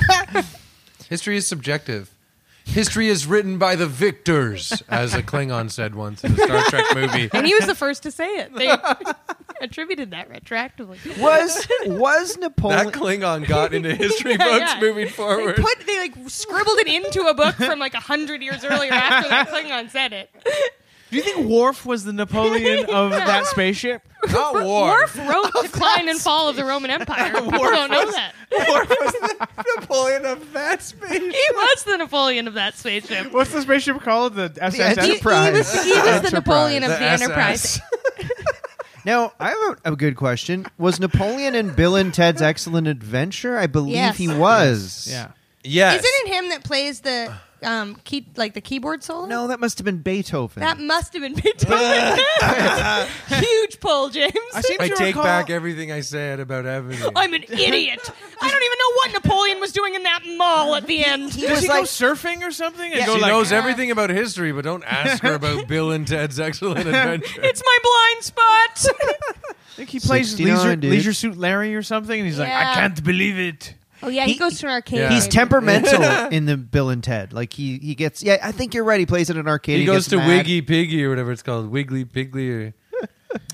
History is subjective. History is written by the victors, as a Klingon said once in a Star Trek movie. And he was the first to say it. They attributed that retroactively. Was was Napoleon? That Klingon got into history Yeah, books yeah. moving They forward. put they like scribbled it into a book from like a hundred years earlier after the Klingon said it. Do you think Worf was the Napoleon of that spaceship? Not war. Worf wrote Decline and Fall of the Roman Empire. People don't know that. Napoleon of that space. He was the Napoleon of that spaceship. What's the spaceship called? The SSS. He, he was, he was the Napoleon of The the, SS. Enterprise. Now I have a, a good question. Was Napoleon in Bill and Ted's Excellent Adventure? I believe Yes. he was. Yeah. Yes. Isn't it him that plays the um key like the keyboard solo? No, that must have been Beethoven. That must have been Beethoven. Huge poll, James. I seem I to take recall- back everything I said about Ebony. I'm an idiot. I don't even know what Napoleon was doing in that mall at the end. Does he go surfing or something? And go she like, knows everything about history, but don't ask her about Bill and Ted's Excellent Adventure. It's my blind spot. I think he plays 69, Leisure, dude. Leisure Suit Larry or something, and he's like, Yeah. I can't believe it. Oh yeah, he, He- goes to an arcade. Yeah. He's Right. temperamental in the Bill and Ted. Like he he gets yeah. I think you're right. He plays it in an arcade. He and goes gets to mad. Wiggy Piggy or whatever it's called, Wiggly Piggly. Or...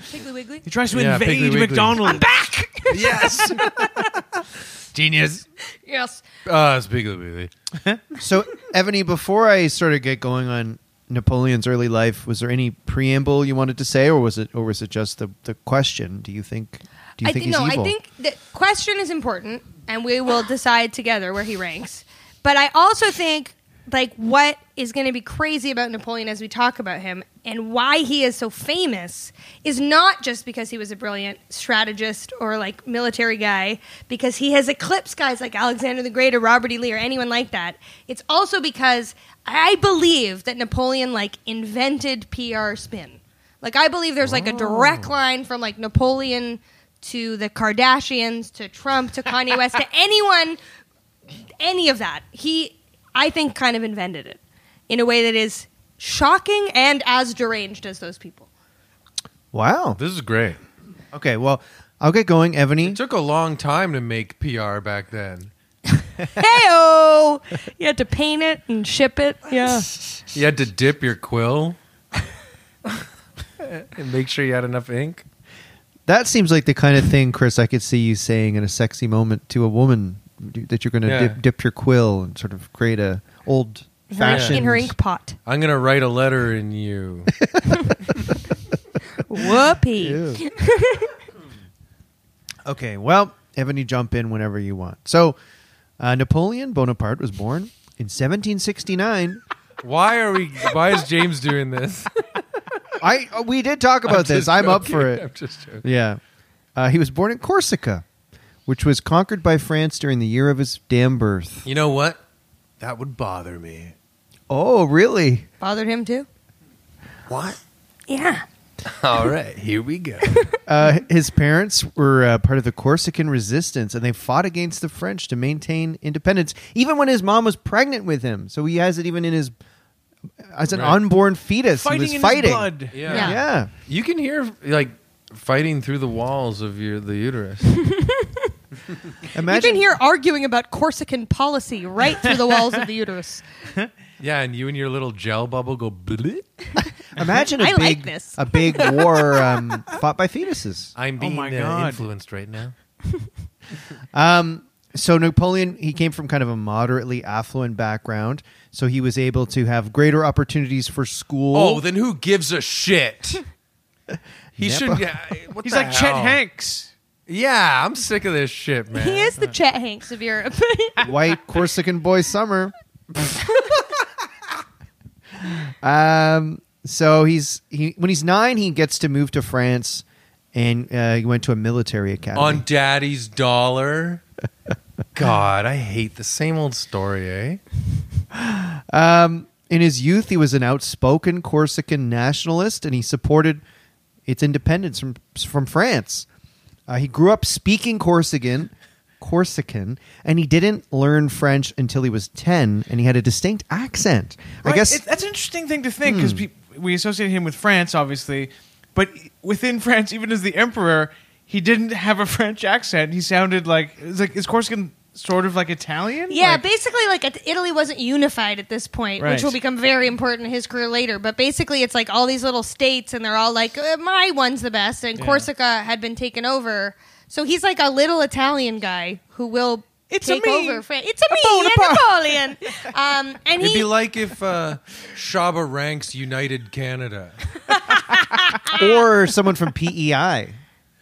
Piggly Wiggly. He tries to Yeah, invade Piggly Wiggly. McDonald's. Back. Yes, genius. yes. Uh, it's Piggly Wiggly. So Ebony, before I sort of get going on Napoleon's early life, was there any preamble you wanted to say, or was it or was it just the, the question? Do you think do you I think thi- he's no, evil? I think the question is important, and we will decide together where he ranks. But I also think like what is going to be crazy about Napoleon as we talk about him and why he is so famous is not just because he was a brilliant strategist or like military guy because he has eclipsed guys like Alexander the Great or Robert E Lee or anyone like that. It's also because I believe that Napoleon like invented PR spin. Like I believe there's like a direct line from like Napoleon to the Kardashians to Trump to Kanye West to anyone any of that. He I think kind of invented it in a way that is shocking and as deranged as those people. wow. This is great. Okay, well I'll get going, Ebony. It took a long time to make PR back then. Heyo! You had to paint it and ship it. Yeah. You had to dip your quill and make sure you had enough ink. That seems like the kind of thing, Chris, I could see you saying in a sexy moment to a woman that you're going to Yeah. dip, dip your quill and sort of create a old fashioned in her ink pot. I'm gonna write a letter in you. Whoopee. Okay, well, Evan, you jump in whenever you want. So, uh, Napoleon Bonaparte was born in 1769. Why are we? Why is James doing this? I uh, we did talk about this. just I'm up joking. for it. I'm just joking. Yeah, uh, he was born in Corsica, which was conquered by France during the year of his damn birth. You know what? That would bother me. Oh, really? Bothered him too? What? Yeah. All right, here we go. Uh, his parents were uh, part of the Corsican resistance, and they fought against the French to maintain independence, even when his mom was pregnant with him. So he has it even in his as an Right. unborn fetus. fighting he was in fighting. his blood. Yeah. Yeah. Yeah. You can hear like fighting through the walls of your the uterus. You've been Imagine here arguing about Corsican policy right through the walls of the uterus. yeah, and you and your little gel bubble go. Blit. Imagine a I big like this. a big war um, fought by fetuses. I'm Oh being my uh, God. influenced right now. Um, so Napoleon, he came from kind of a moderately affluent background, so he was able to have greater opportunities for school. Oh, then who gives a shit? He Nepo. should. Yeah, what He's the like Chet hell? Hanks. Yeah, I'm sick of this shit, man. He is the Chet Hanks of Europe. white Corsican boy summer. um, so he's he when he's nine, he gets to move to France, and uh, he went to a military academy. on daddy's dollar. God, I hate the same old story, eh? Um, in his youth, he was an outspoken Corsican nationalist, and he supported its independence from from France. Uh, he grew up speaking Corsican, Corsican, and he didn't learn French until he was ten, and he had a distinct accent. I Right? guess Hmm. It- that's an interesting thing to think because we associate him with France, obviously, but within France, even as the emperor, he didn't have a French accent. He sounded like it's like is Corsican sort of like Italian? yeah, Like- basically, like it- Italy wasn't unified at this point, Right. which will become very important in his career later. But basically, it's like all these little states, and they're all like, uh, my one's the best, and Yeah. Corsica had been taken over. So he's like a little Italian guy who will It's a take me. over France. It's a, Bonaparte. me, and Napoleon. um, and It'd he be like if uh, Shaba ranks United Canada. or someone from E PEI.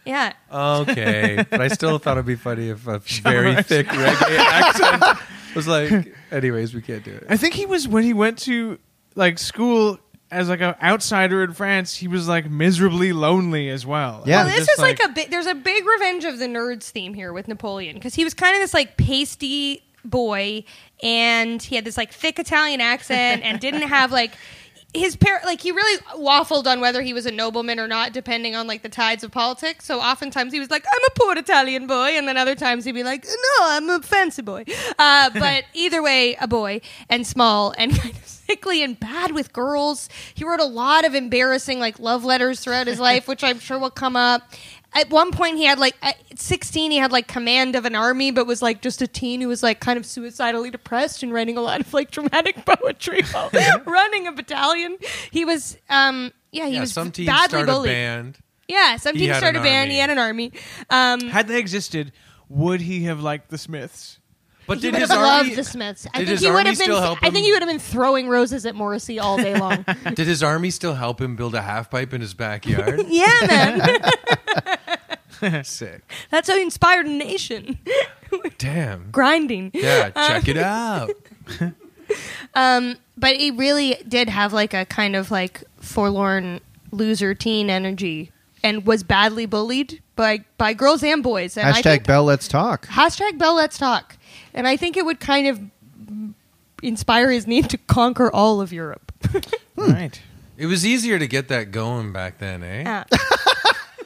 Yeah. Okay, but I still thought it'd be funny if a very thick reggae accent was like. Anyways, we can't do it. I think he was when he went to like school as like an outsider in France. He was like miserably lonely as well. Yeah. Well, this Just is like, like- a big. There's a big Revenge of the Nerds theme here with Napoleon because he was kind of this like pasty boy, and he had this like thick Italian accent, and didn't have like his par Like he really waffled on whether he was a nobleman or not, depending on like the tides of politics. So oftentimes he was like, "I'm a poor Italian boy," and then other times he'd be like, "No, I'm a fancy boy." Uh, but either way, a boy and small and kind of sickly and bad with girls. He wrote a lot of embarrassing like love letters throughout his life, which I'm sure will come up. At one point, he had like at 16, he had like command of an army, but was like just a teen who was like kind of suicidally depressed and writing a lot of like dramatic poetry while running a battalion. He was, um, yeah, he yeah, was some teams badly start bullied. a band. Yeah, some He teams had started a an band. army. He had an army. Um, Had they existed, would he have liked the Smiths? But he did would his have loved army? the Smiths. I did think his he would army have been. still help I him? think he would have been throwing roses at Morrissey all day long. Did his army still help him build a half pipe in his backyard? yeah, man, Sick. that's how he inspired a nation. Damn. Grinding. Yeah, check it out. but he really did have like a kind of like forlorn loser teen energy and was badly bullied by by girls and boys and I Hashtag think, Bell, let's talk. hashtag bell let's talk and i think it would kind of inspire his need to conquer all of europe Hmm. Right. It was easier to get that going back then, eh? yeah.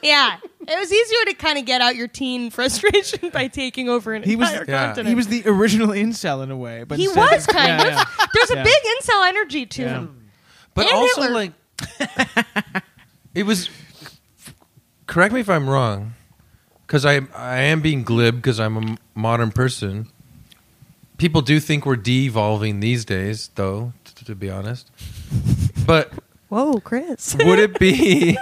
yeah it was easier to kind of get out your teen frustration by taking over an He was- entire yeah. continent He was the original incel in a way, but he instead- was kind Yeah, of yeah. there's Yeah. a big incel energy to Yeah. him But And also, Hitler. like, it was. Correct me if I'm wrong, because I I am being glib because I'm a m- modern person. People do think we're de-evolving these days, though. t- To be honest, but whoa chris would it be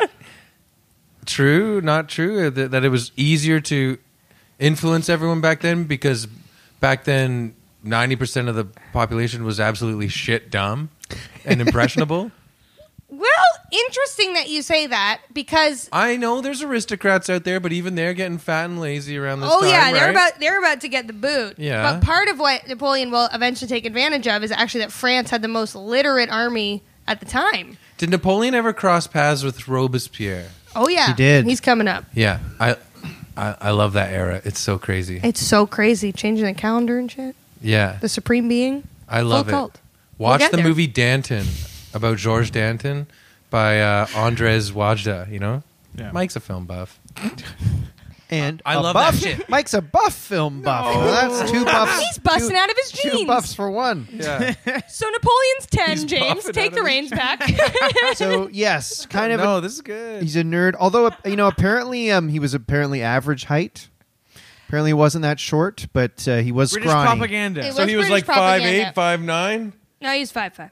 true, not true, that, that it was easier to influence everyone back then because back then 90% of the population was absolutely shit dumb and impressionable. Well, interesting that you say that because I know there's aristocrats out there, but even they're getting fat and lazy around this oh time. yeah, they're right? about they're about to get the boot. Yeah. But part of what Napoleon will eventually take advantage of is actually that France had the most literate army at the time. Did Napoleon ever cross paths with Robespierre? Oh yeah, He did. He's coming up. Yeah, I, I, I love that era. It's so crazy. It's so crazy changing the calendar and shit. yeah, The supreme being. I love full cult. it. Watch get the there. movie Danton about George Danton by uh, Andres Wajda. You know, Yeah. Mike's a film buff. And I a love buff. that shit. Mike's a buff film buff. Well, that's two buffs. He's busting two, out of his Two jeans. buffs for one. Yeah, So Napoleon's ten. He's James, puffing out take the of his reins back. So yes, kind of. no, a, this is good. he's a nerd. Although you know, apparently um, he was apparently average height. Apparently, he wasn't that short, but uh, he was British scrawny. propaganda. It so he was like British five propaganda. eight, five nine. no, he's five five.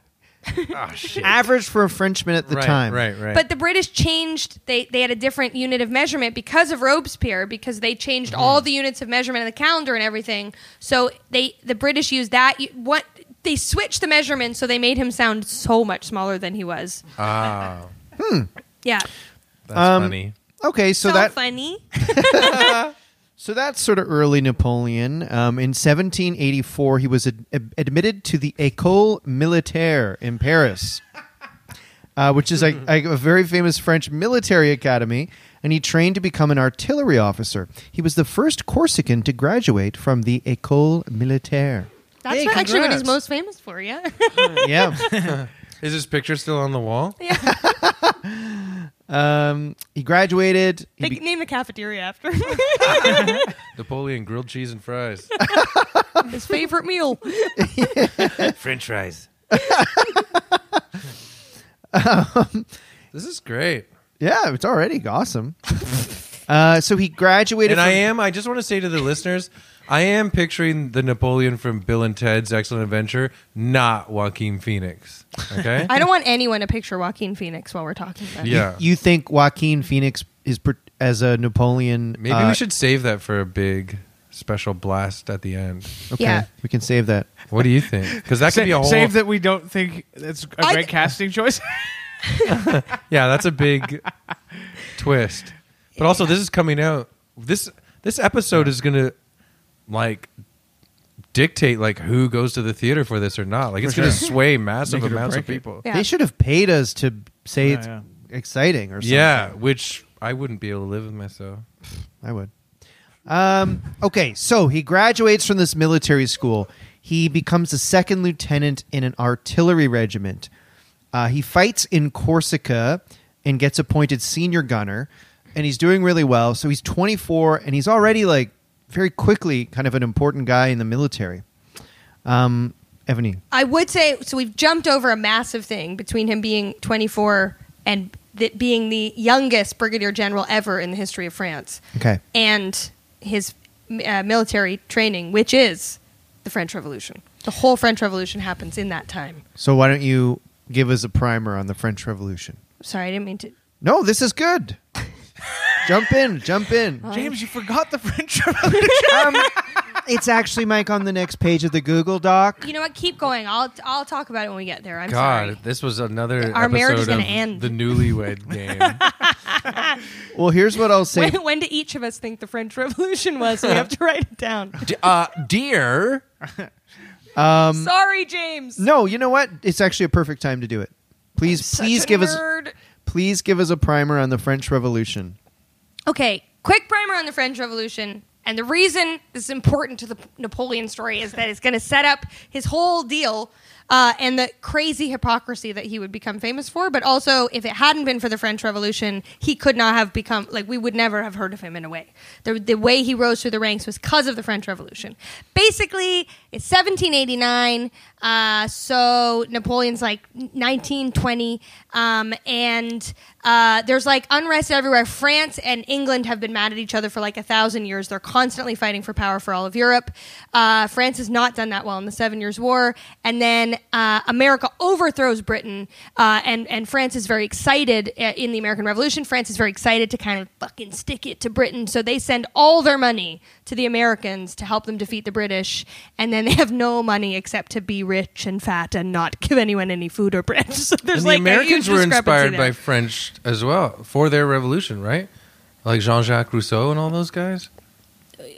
Oh shit! Average for a Frenchman at the right, time. right, right. But the British changed. They they had a different unit of measurement because of Robespierre, because they changed all the units of measurement in the calendar and everything. So they the British used that. You- What they switched the measurement, so they made him sound so much smaller than he was. oh, Yeah, that's um, funny. Okay, so so, that funny. so that's sort of early Napoleon. Um, in 1784, he was ad- ad- admitted to the École Militaire in Paris, uh, which is like, like a very famous French military academy, and he trained to become an artillery officer. He was the first Corsican to graduate from the École Militaire. That's Hey, what- actually what he's congrats. most famous for. Yeah, Yeah. Is his picture still on the wall? um, he graduated. He they be- name the cafeteria after Napoleon grilled cheese and fries. his favorite meal. French fries. this is great. yeah, it's already awesome. uh, so he graduated. And I from- am. I just want to say to the listeners, I am picturing the Napoleon from Bill and Ted's Excellent Adventure, not Joaquin Phoenix. Okay. I don't want anyone to picture Joaquin Phoenix while we're talking about. it. yeah. you think Joaquin Phoenix is per- as a Napoleon? Maybe uh, we should save that for a big special blast at the end. Okay, Yeah. we can save that. What do you think? Because that could Sa- be a whole. Save that we don't think it's a I- great casting choice. yeah, that's a big twist. But also, this is coming out. This this episode is gonna like dictate like who goes to the theater for this or not. Like it's gonna sway massive Make it or amounts of break it. people. Yeah. They should have paid us to say Yeah, it's yeah. exciting or something. Yeah, which I wouldn't be able to live with myself. I would. Um, okay, so he graduates from this military school. He becomes a second lieutenant in an artillery regiment. Uh, he fights in Corsica and gets appointed senior gunner, and he's doing really well. So he's 24, and he's already like very quickly kind of an important guy in the military. Um, Ebony, I would say so. We've jumped over a massive thing between him being 24 and th- being the youngest brigadier general ever in the history of France, okay, and his uh, military training, which is the French Revolution. The whole French Revolution happens in that time. so why don't you give us a primer on the French Revolution? Sorry, I didn't mean to. No, this is good. jump in, jump in. James, you forgot the French Revolution. um, it's actually Mike on the next page of the Google Doc. You know what? Keep going. I'll I'll talk about it when we get there. I'm God, sorry. this was another Our marriage episode is gonna of end. the newlywed game. Well, here's what I'll say. When, when did each of us think the French Revolution was? We have to write it down. D- uh, dear, sorry, James. No, you know what? It's actually a perfect time to do it. Please, Such please a give us, nerd. please give us a primer on the French Revolution. Okay, quick primer on the French Revolution. And the reason this is important to the Napoleon story is that it's going to set up his whole deal uh, and the crazy hypocrisy that he would become famous for. But also, if it hadn't been for the French Revolution, he could not have become, like, we would never have heard of him in a way. The, the way he rose through the ranks was because of the French Revolution. Basically, it's 1789. Uh, so Napoleon's like 1920, um, and uh, there's like unrest everywhere. France and England have been mad at each other for like a thousand years. They're constantly fighting for power for all of Europe. Uh, France has not done that well in the Seven Years' War, and then when uh, America overthrows Britain, uh, and and France is very excited uh, in the American Revolution. France is very excited to kind of fucking stick it to Britain, so they send all their money to the Americans to help them defeat the British, and then they have no money except to be rich and fat and not give anyone any food or bread. So there's and like the Americans a huge were discrepancy inspired there. by French as well for their revolution, right? Like Jean-Jacques Rousseau and all those guys.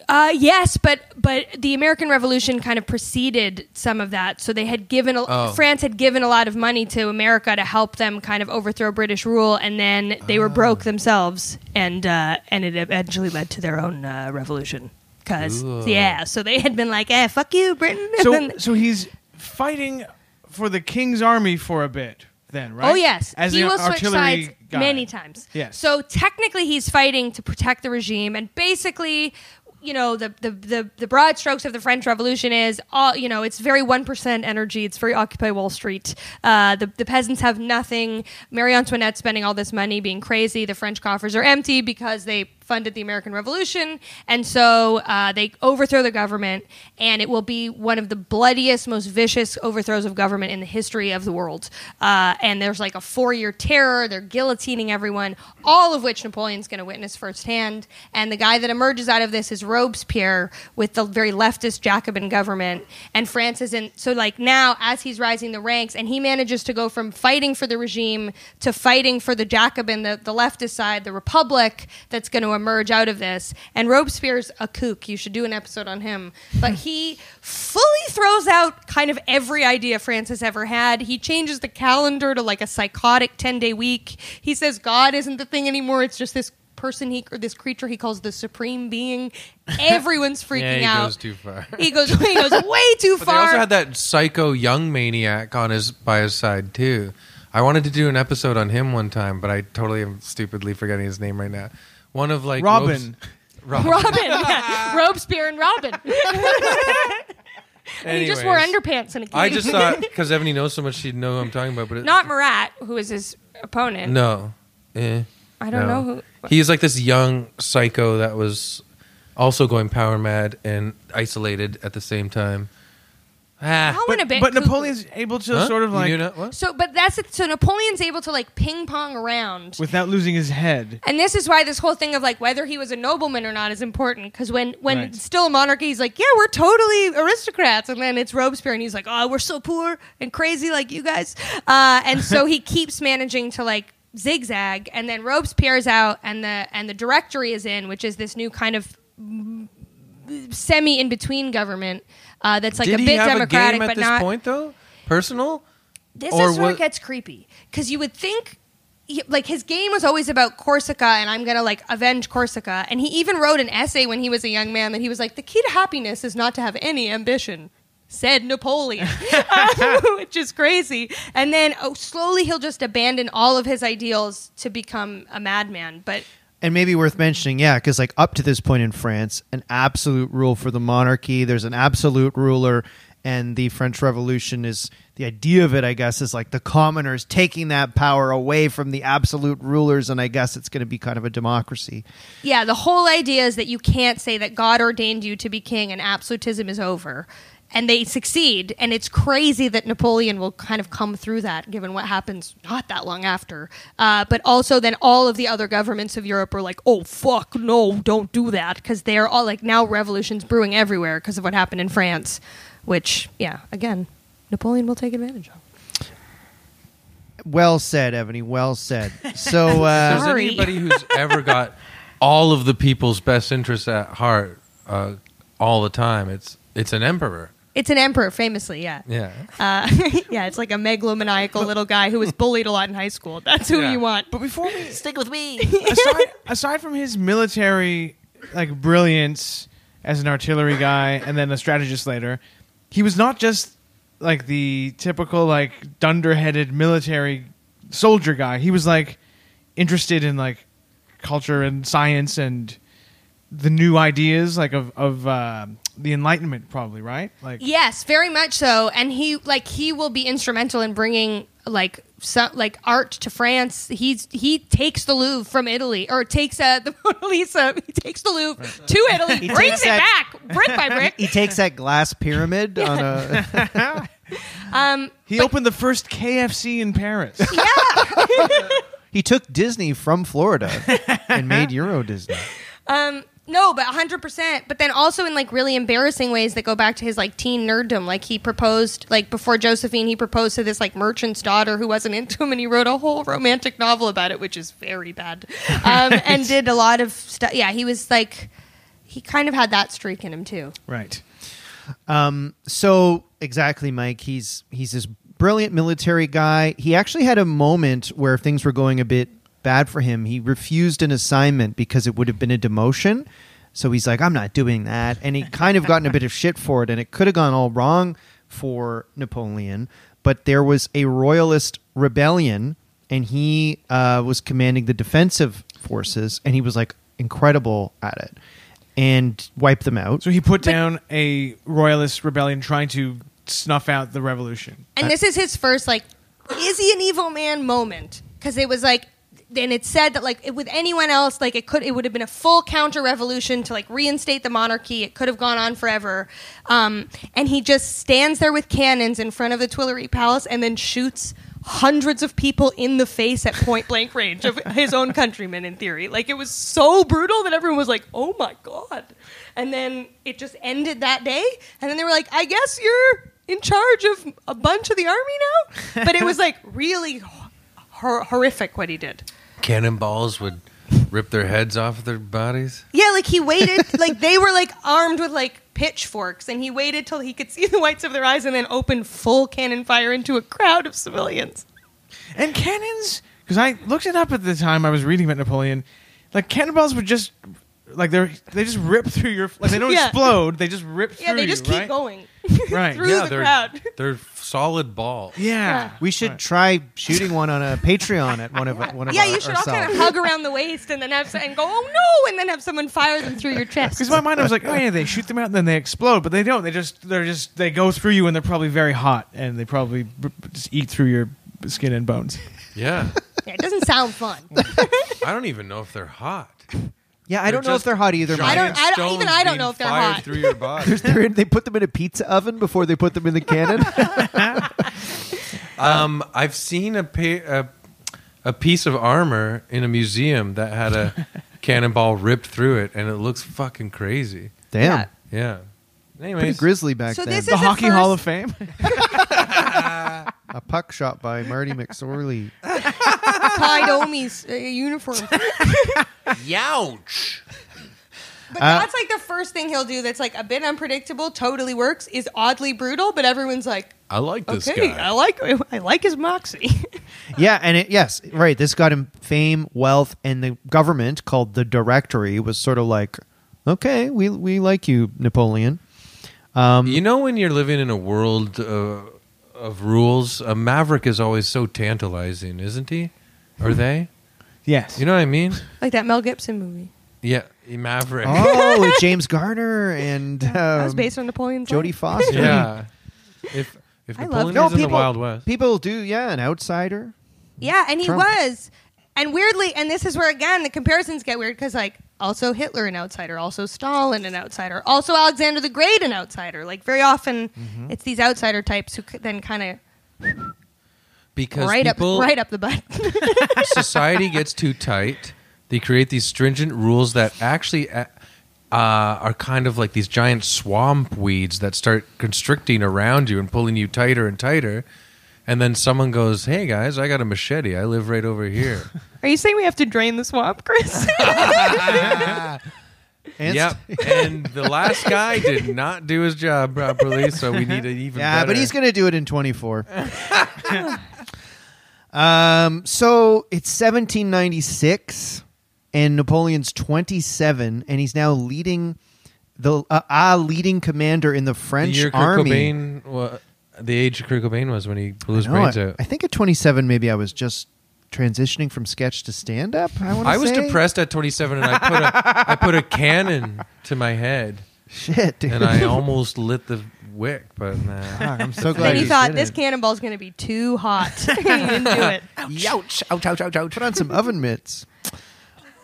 Uh, yes, but but the American Revolution kind of preceded some of that. So they had given a, Oh. France had given a lot of money to America to help them kind of overthrow British rule, and then they were Ah. broke themselves, and uh, and it eventually led to their own uh, revolution. Cause Ooh. yeah, so they had been like, eh, fuck you, Britain. And So, then- so he's fighting for the king's army for a bit, then, right? Oh yes, As he an will switch artillery sides guy. many times. Yes. So technically, he's fighting to protect the regime, and basically, you know, the the the, the broad strokes of the French Revolution is all you know. It's very one percent energy. It's very Occupy Wall Street. Uh, the the peasants have nothing. Marie Antoinette spending all this money, being crazy. The French coffers are empty because they funded the American Revolution, and so uh, they overthrow the government, and it will be one of the bloodiest, most vicious overthrows of government in the history of the world. Uh, and there's like a four-year terror; they're guillotining everyone, all of which Napoleon's going to witness firsthand. And the guy that emerges out of this is Robespierre with the very leftist Jacobin government, and France is in. So like now, as he's rising the ranks, and he manages to go from fighting for the regime to fighting for the Jacobin, the, the leftist side, the republic that's going to emerge out of this. And Robespierre's a kook. You should do an episode on him. But he fully throws out kind of every idea France has ever had. He changes the calendar to like a psychotic 10 day week. He says God isn't the thing anymore, it's just this person he or this creature he calls the supreme being everyone's freaking yeah, he out goes too far. he goes he goes way too But far they also had that psycho young maniac on his by his side too. I wanted to do an episode on him one time, but I totally am stupidly forgetting his name right now. One of like Robin. Robes- Robin. Robin, yeah. Robespierre and Robin. and he just wore Anyways. underpants in a I just thought because Ebony knows so much, she'd know who I'm talking about. But it, not Marat, who is his opponent. no, Eh, I no. don't know who. He's like this young psycho that was also going power mad and isolated at the same time. Ah, How in a bit But cuckoo. Napoleon's able to Huh? sort of You like knew that- what? So, but that's it. So Napoleon's able to like ping pong around. without losing his head. And this is why this whole thing of like whether he was a nobleman or not is important because when when Right. still a monarchy, he's like, yeah, we're totally aristocrats, and then it's Robespierre, and he's like, oh, we're so poor and crazy like you guys, uh, and so he keeps managing to like zigzag, and then Robespierre's out, and the and the Directory is in, which is this new kind of semi in between government uh, that's like did a he bit have democratic, a game at but this not point though? Personal. this Or is where what- it gets creepy because you would think he- like his game was always about corsica and i'm gonna like avenge corsica and he even wrote an essay when he was a young man that he was like the key to happiness is not to have any ambition said napoleon which is crazy and then oh, slowly he'll just abandon all of his ideals to become a madman but and maybe worth mentioning, yeah, because like up to this point in France, an absolute rule for the monarchy. There's an absolute ruler, and the French Revolution is the idea of it. I guess is like the commoners taking that power away from the absolute rulers, and I guess it's going to be kind of a democracy. Yeah, the whole idea is that you can't say that God ordained you to be king and absolutism is over. And they succeed. And it's crazy that Napoleon will kind of come through that, given what happens not that long after. Uh, but also, then all of the other governments of Europe are like, oh, fuck, no, don't do that. Because they're all like, now revolutions brewing everywhere because of what happened in France, which, yeah, again, Napoleon will take advantage of. Well said, Ebony. Well said. So uh, Does Sorry. anybody who's ever got all of the people's best interests at heart uh, all the time, it's it's an emperor. It's an emperor, famously, yeah. Yeah. Uh, yeah, it's like a megalomaniacal little guy who was bullied a lot in high school. That's who Yeah. you want. But before we Stick with me. aside, aside from his military like brilliance as an artillery guy and then a strategist later, he was not just like the typical like dunderheaded military soldier guy. He was like interested in like culture and science and the new ideas like of of uh, the Enlightenment, probably right? Like Yes, very much so. And he like he will be instrumental in bringing like so, like art to France. He's he takes the Louvre from Italy or takes uh, the Mona Lisa. He takes the Louvre to Italy, brings takes it that- back brick by brick. he takes that glass pyramid on a. Um, He opened the first KFC in Paris. He took Disney from Florida and made Euro Disney. Um, no, but 100%. But then also in like really embarrassing ways that go back to his like teen nerddom. Like he proposed, like before Josephine, he proposed to this like merchant's daughter who wasn't into him and he wrote a whole romantic novel about it, which is very bad. Um, and did a lot of stuff. Yeah, he was like, he kind of had that streak in him too. right. so exactly mike he's he's this brilliant military guy he actually had a moment where things were going a bit bad for him he refused an assignment because it would have been a demotion so he's like i'm not doing that and he kind of gotten a bit of shit for it and it could have gone all wrong for napoleon but there was a royalist rebellion and he uh, was commanding the defensive forces and he was like incredible at it and wiped them out So he put down a royalist rebellion trying to snuff out the revolution. And this is his first like, is he an evil man moment? Because it was like, and it said that like it, with anyone else, like it could, it would have been a full counter revolution to like reinstate the monarchy. It could have gone on forever. Um, and he just stands there with cannons in front of the Tuileries Palace and then shoots hundreds of people in the face at point blank range of his own countrymen in theory like it was so brutal that everyone was like oh my god and then it just ended that day and then they were like i guess you're in charge of a bunch of the army now but it was like really hor- horrific what he did Cannonballs would rip their heads off their bodies. yeah like he waited like they were like armed with like pitchforks and he waited till he could see the whites of their eyes and then opened full cannon fire into a crowd of civilians And cannons, because I looked it up at the time I was reading about Napoleon, like cannonballs would just like they are they just rip through your like they don't Yeah. explode, they just rip through yeah they just you, keep right? going Right. through the they're crowd they're solid balls. Yeah. We should try shooting one on a Patreon at one of one of yeah, our, you should all ourselves. kind of hug around the waist and then have some, and go, oh no, and then have someone fire them through your chest. Because in my mind, I was like, oh yeah, they shoot them out and then they explode, but they don't. They just they're just they go through you and they're probably very hot and they probably b- b- just eat through your skin and bones. Yeah. Yeah, it doesn't sound fun. I don't even know if they're hot. yeah, I don't know if just they're hot either. I Mike. don't- I don't- even I don't know if they're fired hot. through your body. They're in- they put them in a pizza oven before they put them in the cannon. um, I've seen a, pa- a a piece of armor in a museum that had a cannonball ripped through it, and it looks fucking crazy. Damn, Yeah. Anyways, pretty grizzly back So then. this The is- the Hockey Hall of first- Fame. a puck shot by Marty McSorley. Tied Omi's uh, uniform. Youch. But that's like the first thing he'll do that's like a bit unpredictable, totally works, is oddly brutal, but everyone's like, I like this okay, guy. I like I like his moxie. yeah, and it, yes, right. This got him fame, wealth, and the government called the Directory was sort of like, okay, we we like you, Napoleon. you know, when you're living in a world uh, of rules, a maverick is always so tantalizing, isn't he? Are they? yes. You know what I mean? like that Mel Gibson movie. Yeah, maverick. Oh, with James Garner and um, that was based on Napoleon's Jodie life. Foster. Yeah. If if I love Napoleon that. is in the Wild West, People do, yeah, an outsider. Yeah, and he Trump. was. And weirdly, and this is where again the comparisons get weird because like also Hitler an outsider, also Stalin an outsider, also Alexander the Great an outsider. Like very often, Mm-hmm. it's these outsider types who c- then kind of because right up people, right up the butt. society gets too tight, they create these stringent rules that actually uh, are kind of like these giant swamp weeds that start constricting around you and pulling you tighter and tighter. And then someone goes, "Hey guys, I got a machete. I live right over here." Are you saying we have to drain the swamp, Chris? And yep. And the last guy did not do his job properly, so we need an even. Yeah, but better- he's going to do it in 24. um, so it's 1796, and Napoleon's 27, and he's now leading the uh, ah leading commander in the the French year Kurt army. Cobain, wa- the age Kurt Cobain was when he blew his No, brains I, out. I think at 27, maybe I was just transitioning from sketch to stand up. I, wanna I was say. depressed at 27, and I put a I put a cannon to my head, Shit, dude. and I almost lit the wick, but nah. Fuck, I'm so glad. then he you thought did this it. cannonball's going to be too hot. he didn't do it. Put on some oven mitts.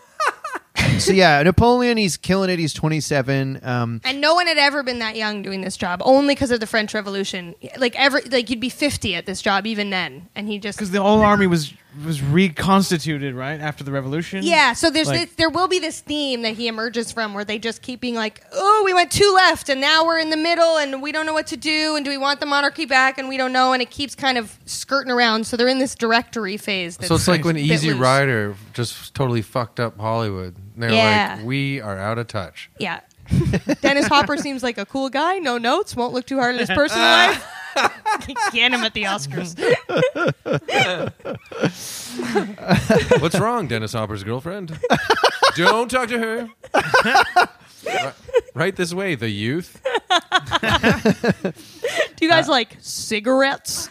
so yeah, Napoleon, he's killing it. He's 27. Um, And no one had ever been that young doing this job, only because of the French Revolution. Like every, like you'd be fifty at this job even then, and he just because the whole army was was reconstituted right after the revolution. yeah. So there's Like- this, there will be this theme that he emerges from where they just keep being like, oh, we went two left, and now we're in the middle, and we don't know what to do, and do we want the monarchy back, and we don't know, and it keeps kind of skirting around. So they're in this directory phase. That's So it's like when bit Easy loose. Rider just totally fucked up Hollywood. They're Yeah. like, we are out of touch. Yeah. Dennis Hopper seems like a cool guy. No notes. Won't look too hard at his personal life. Get him at the Oscars. What's wrong, Dennis Hopper's girlfriend? Don't talk to her. Ri- right this way, the youth. Do you guys like cigarettes?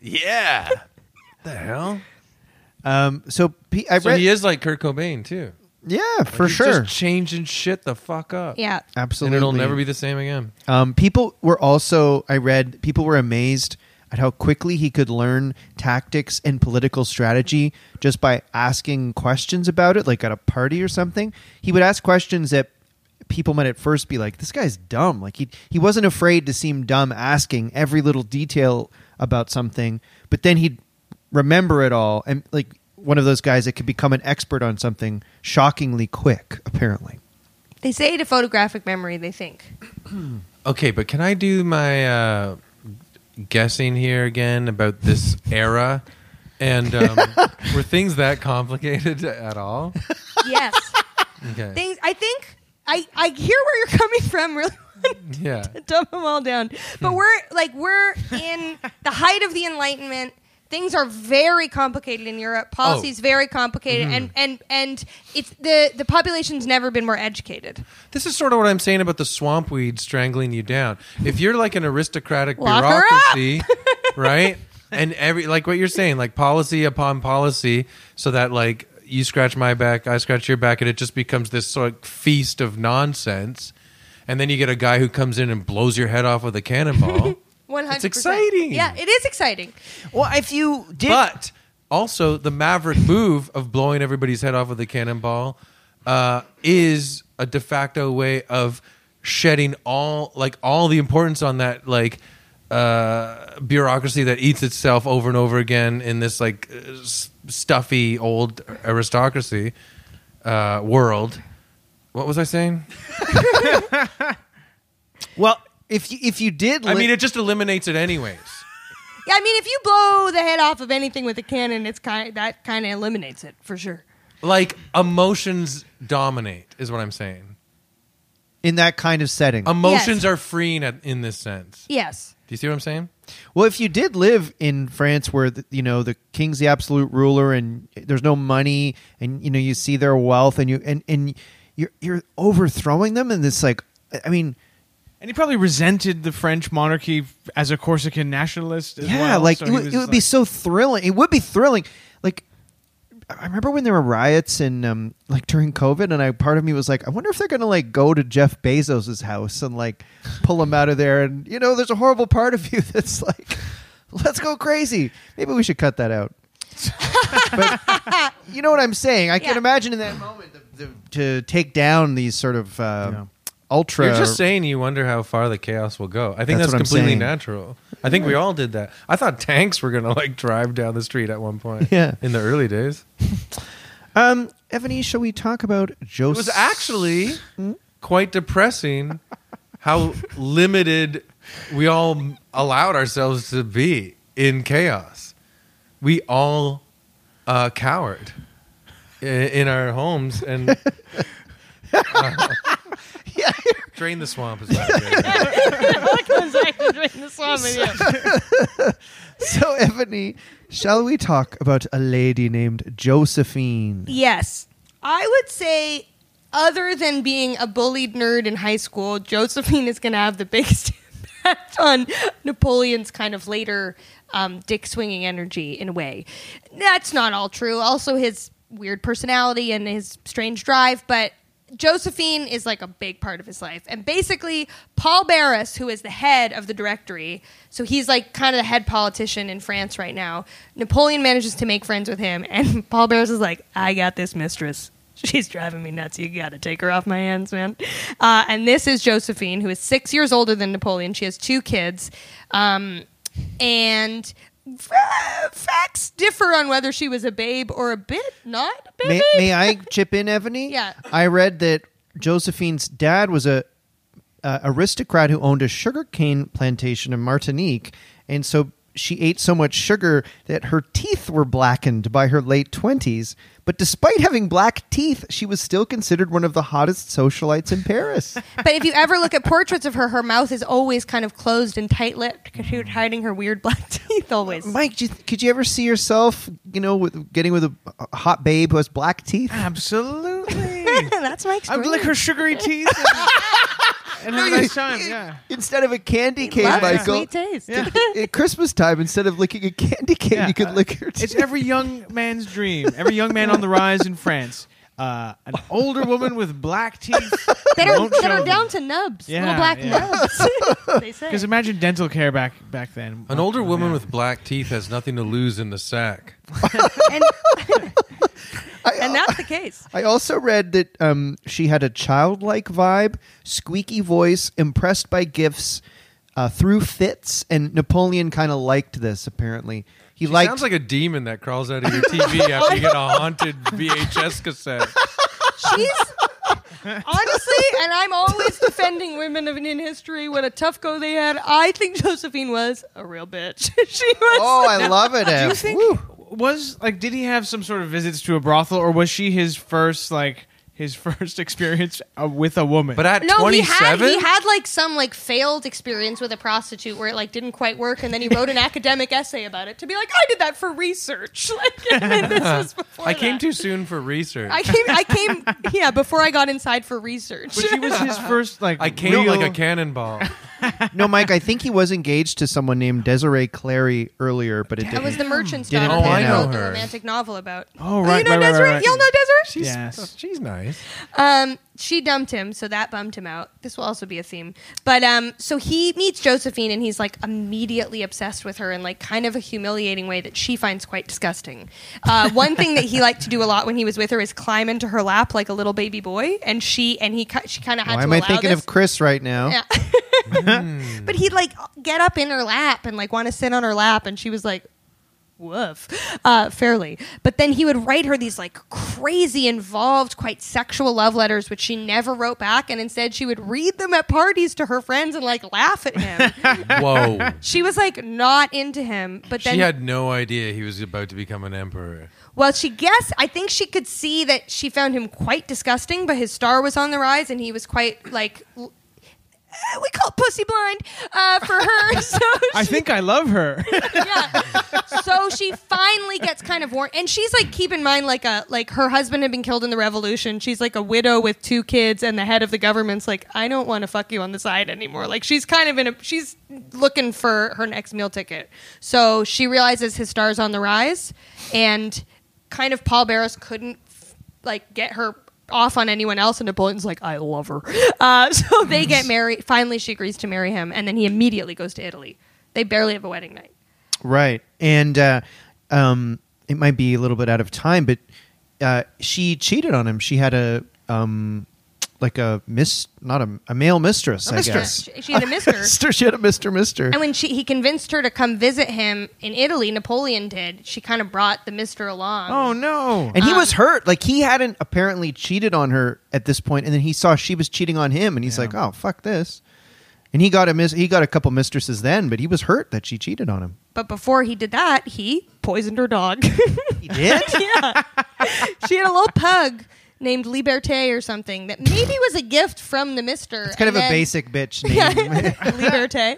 Yeah. the hell? um, so P- I So read, he is like Kurt Cobain too. yeah, for He's sure, Just changing shit the fuck up. Yeah. And absolutely. it'll never be the same again. Um, people were also, I read, people were amazed at how quickly he could learn tactics and political strategy just by asking questions about it, like at a party or something. He would ask questions that people might at first be like, this guy's dumb. Like, he, he wasn't afraid to seem dumb asking every little detail about something, but then he'd remember it all. And, like, one of those guys that could become an expert on something shockingly quick, apparently. They say it a photographic memory, they think. Okay, but can I do my uh, guessing here again about this era? And um, were things that complicated at all? Yes. Okay. Things I think I, I hear where you're coming from really yeah. dumb them all down. But we're like we're in the height of the Enlightenment. Things are very complicated in Europe. Policy is very complicated, and and and it's the the population's never been more educated. This is sort of what I'm saying about the swamp weed strangling you down. If you're like an aristocratic Lock her up. bureaucracy, right? And every like what you're saying, like policy upon policy, so that like you scratch my back, I scratch your back, and it just becomes this sort of feast of nonsense. And then you get a guy who comes in and blows your head off with a cannonball. One hundred. exciting. Yeah, it is exciting. Well, if you did, but also the maverick move of blowing everybody's head off with a cannonball uh, is a de facto way of shedding all like all the importance on that like uh, bureaucracy that eats itself over and over again in this like uh, s- stuffy old aristocracy uh, world. What was I saying? Well, if you, if you did, I li- mean, it just eliminates it anyways. Yeah, I mean, if you blow the head off of anything with a cannon, it's kind that kind of eliminates it for sure. Like emotions dominate is what I'm saying. in that kind of setting. Emotions Yes. are freeing at, in this sense. Yes. Do you see what I'm saying? well, if you did live in France, where the, you know the king's the absolute ruler, and there's no money, and you know you see their wealth, and you and and you're you're overthrowing them, and it's like, I mean, and he probably resented the French monarchy as a Corsican nationalist. As yeah, well, like so it, he would- was it would be like- so thrilling. It would be thrilling, like. I remember when there were riots and um, like during COVID, and I part of me was like, I wonder if they're gonna like go to Jeff Bezos's house and like pull him out of there. And you know, there's a horrible part of you that's like, let's go crazy. Maybe we should cut that out. but you know what I'm saying? I can Yeah. imagine in that moment the, the, to take down these sort of uh, ultra. You're just saying you wonder how far the chaos will go. I think That's that's, what I'm completely saying. natural. I think we all did that. I thought tanks were gonna like drive down the street at one point. Yeah. in the early days, um, Ebony, shall we talk about it Joseph? was actually quite depressing how limited we all allowed ourselves to be in chaos. We all uh, cowered i- in our homes and. uh, Drain the swamp is what I did. So, Ebony, shall we talk about a lady named Josephine? Yes. I would say, other than being a bullied nerd in high school, Josephine is going to have the biggest impact on Napoleon's kind of later um, dick swinging energy in a way. That's not all true. Also, his weird personality and his strange drive, but. Josephine is like a big part of his life. And basically, Paul Barras, who is the head of the directory, so he's like kind of the head politician in France right now. Napoleon manages to make friends with him, and Paul Barras is like, I got this mistress. She's driving me nuts. You got to take her off my hands, man. Uh, and this is Josephine, who is six years older than Napoleon. She has two kids. Um, and fa- facts differ on whether she was a babe or a bit not a baby. May, may I chip in, Ebony? Yeah. I read that Josephine's dad was a uh, aristocrat who owned a sugarcane plantation in Martinique, and so she ate so much sugar that her teeth were blackened by her late twenties. But despite having black teeth, she was still considered one of the hottest socialites in Paris. But if you ever look at portraits of her, her mouth is always kind of closed and tight lipped because she was hiding her weird black teeth always. Mike, do you, could you ever see yourself, you know, with, getting with a, a hot babe who has black teeth? Uh, Absolutely. That's my I would experience. lick her sugary teeth and, and have a nice time. Yeah. Instead of a candy cane, Love her Michael. sweet taste. Yeah. at Christmas time, instead of licking a candy cane, Yeah, you could uh, lick her It's teeth. every young man's dream. Every young man on the rise in France. Uh, an older woman with black teeth. That are, won't that show are them. down to nubs, Yeah, little black yeah. nubs. they say. Because imagine dental care back back then. An older woman with black teeth has nothing to lose in the sack. and, and that's the case. I also read that um, she had a childlike vibe, squeaky voice, impressed by gifts, uh, through fits, and Napoleon kind of liked this. Apparently, he She liked. sounds like a demon that crawls out of your TV after you get a haunted VHS cassette. She's honestly, and I'm always defending women of Indian history. What a tough go they had. I think Josephine was a real bitch. she was. oh, I love it. Do Em. you think Woo. was like did he have some sort of visits to a brothel or was she his first like his first experience uh, with a woman? But at No, he had 27, he had like some like failed experience with a prostitute where it like didn't quite work, and then he wrote an academic essay about it to be like, I did that for research. Like and this was before I came that. too soon for research. I came. I came. Yeah, before I got inside for research. But she was his first like I came real- like a cannonball. no, Mike. I think he was engaged to someone named Desiree Clary earlier, but it That didn't. was the merchant's Didn't daughter. pan that he out. wrote the her. romantic novel about. Oh, right, you know right, right, Desiree. right. Y'all know Desiree. yes. She's nice. Um, she dumped him, so that bummed him out. This will also be a theme. But um, so he meets Josephine, and he's like immediately obsessed with her in like kind of a humiliating way that she finds quite disgusting. Uh, one thing that he liked to do a lot when he was with her is climb into her lap like a little baby boy, and she and he ki- she kind of had Why to. am I allow thinking this. of Chris right now? Yeah. but he'd like get up in her lap and like want to sit on her lap, and she was like, woof, uh, fairly. But then he would write her these like crazy, involved, quite sexual love letters, which she never wrote back, and instead she would read them at parties to her friends and like laugh at him. Whoa. she was like not into him, but then she had no idea he was about to become an emperor. well, she guessed. I think she could see that she found him quite disgusting, but his star was on the rise, and he was quite like. l- eh, We call it pussy blind uh, for her. So I she- think I love her. yeah. So she finally gets kind of warm, and she's like, keep in mind, like a like her husband had been killed in the revolution. She's like a widow with two kids, and the head of the government's like, I don't want to fuck you on the side anymore. Like she's kind of in a she's looking for her next meal ticket. So she realizes his star's on the rise, and kind of Paul Barris couldn't like get her off on anyone else and Napoleon's like I love her uh, so they get married finally she agrees to marry him and then he immediately goes to Italy they barely have a wedding night Right. And uh, um, it might be a little bit out of time, but uh, she cheated on him. She had a um, like a miss, not a, a male mistress, I mistress. guess. She- she had a mister. mister. She had a mister, mister. And when she, he convinced her to come visit him in Italy, Napoleon did. She kind of brought the mister along. oh no. And he was hurt. Like he hadn't apparently cheated on her at this point, and then he saw she was cheating on him, and he's like, "Oh fuck this." And he got a mis- he got a couple mistresses then, but he was hurt that she cheated on him. But before he did that, he poisoned her dog. He did. yeah. she had a little pug named Liberté or something that maybe was a gift from the mister. it's kind of a basic bitch name. Liberté,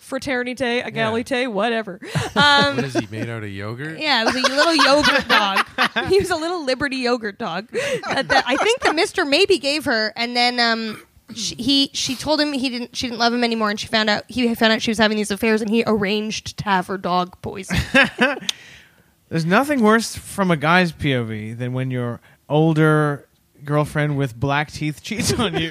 fraternité, egalité, whatever. What is he made out of yogurt? Um, Yeah, it was a little yogurt dog. He was a little Liberty yogurt dog. That- that- I think the Mister maybe gave her, and then um, she, he she told him he didn't she didn't love him anymore, and she found out he found out she was having these affairs, and he arranged to have her dog poisoned. There's nothing worse from a guy's POV than when your older girlfriend with black teeth cheats on you.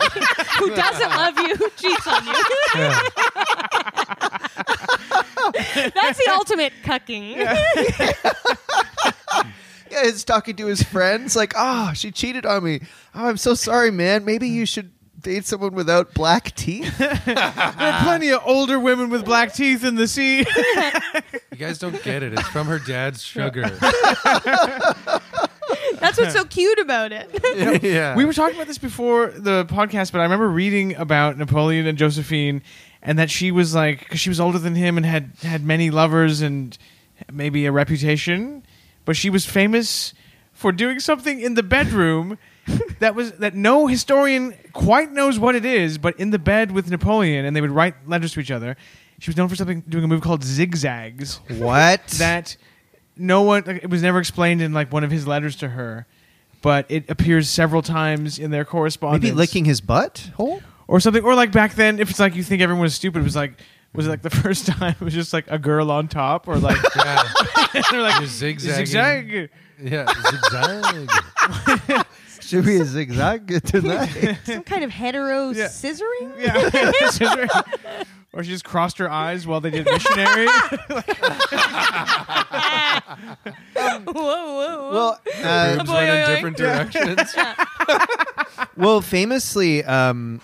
Who doesn't love you? Who cheats on you? That's the ultimate cucking. is talking to his friends, like, "Ah, she cheated on me. Oh, I'm so sorry, man. Maybe you should date someone without black teeth." There are plenty of older women with black teeth in the sea. You guys don't get it. It's from her dad's sugar. That's what's so cute about it. yeah. We were talking about this before the podcast, but I remember reading about Napoleon and Josephine, and that she was like, because she was older than him and had had many lovers and maybe a reputation, but she was famous for doing something in the bedroom that was that no historian quite knows what it is, but in the bed with Napoleon, and they would write letters to each other. She was known for something doing a move called zigzags what? that no one like, it was never explained in like one of his letters to her but it appears several times in their correspondence maybe licking his butt hole. or something or like back then if it's like you think everyone was stupid it was like was it like the first time it was just like a girl on top or like Yeah. they're like You're zigzagging. zigzag Yeah. Zigzag. Should be a zigzag tonight. Some kind of hetero Yeah. scissoring? yeah or she just crossed her eyes while they did missionary Whoa, whoa, whoa. well, uh, Rooms went in different directions. Well, famously, um,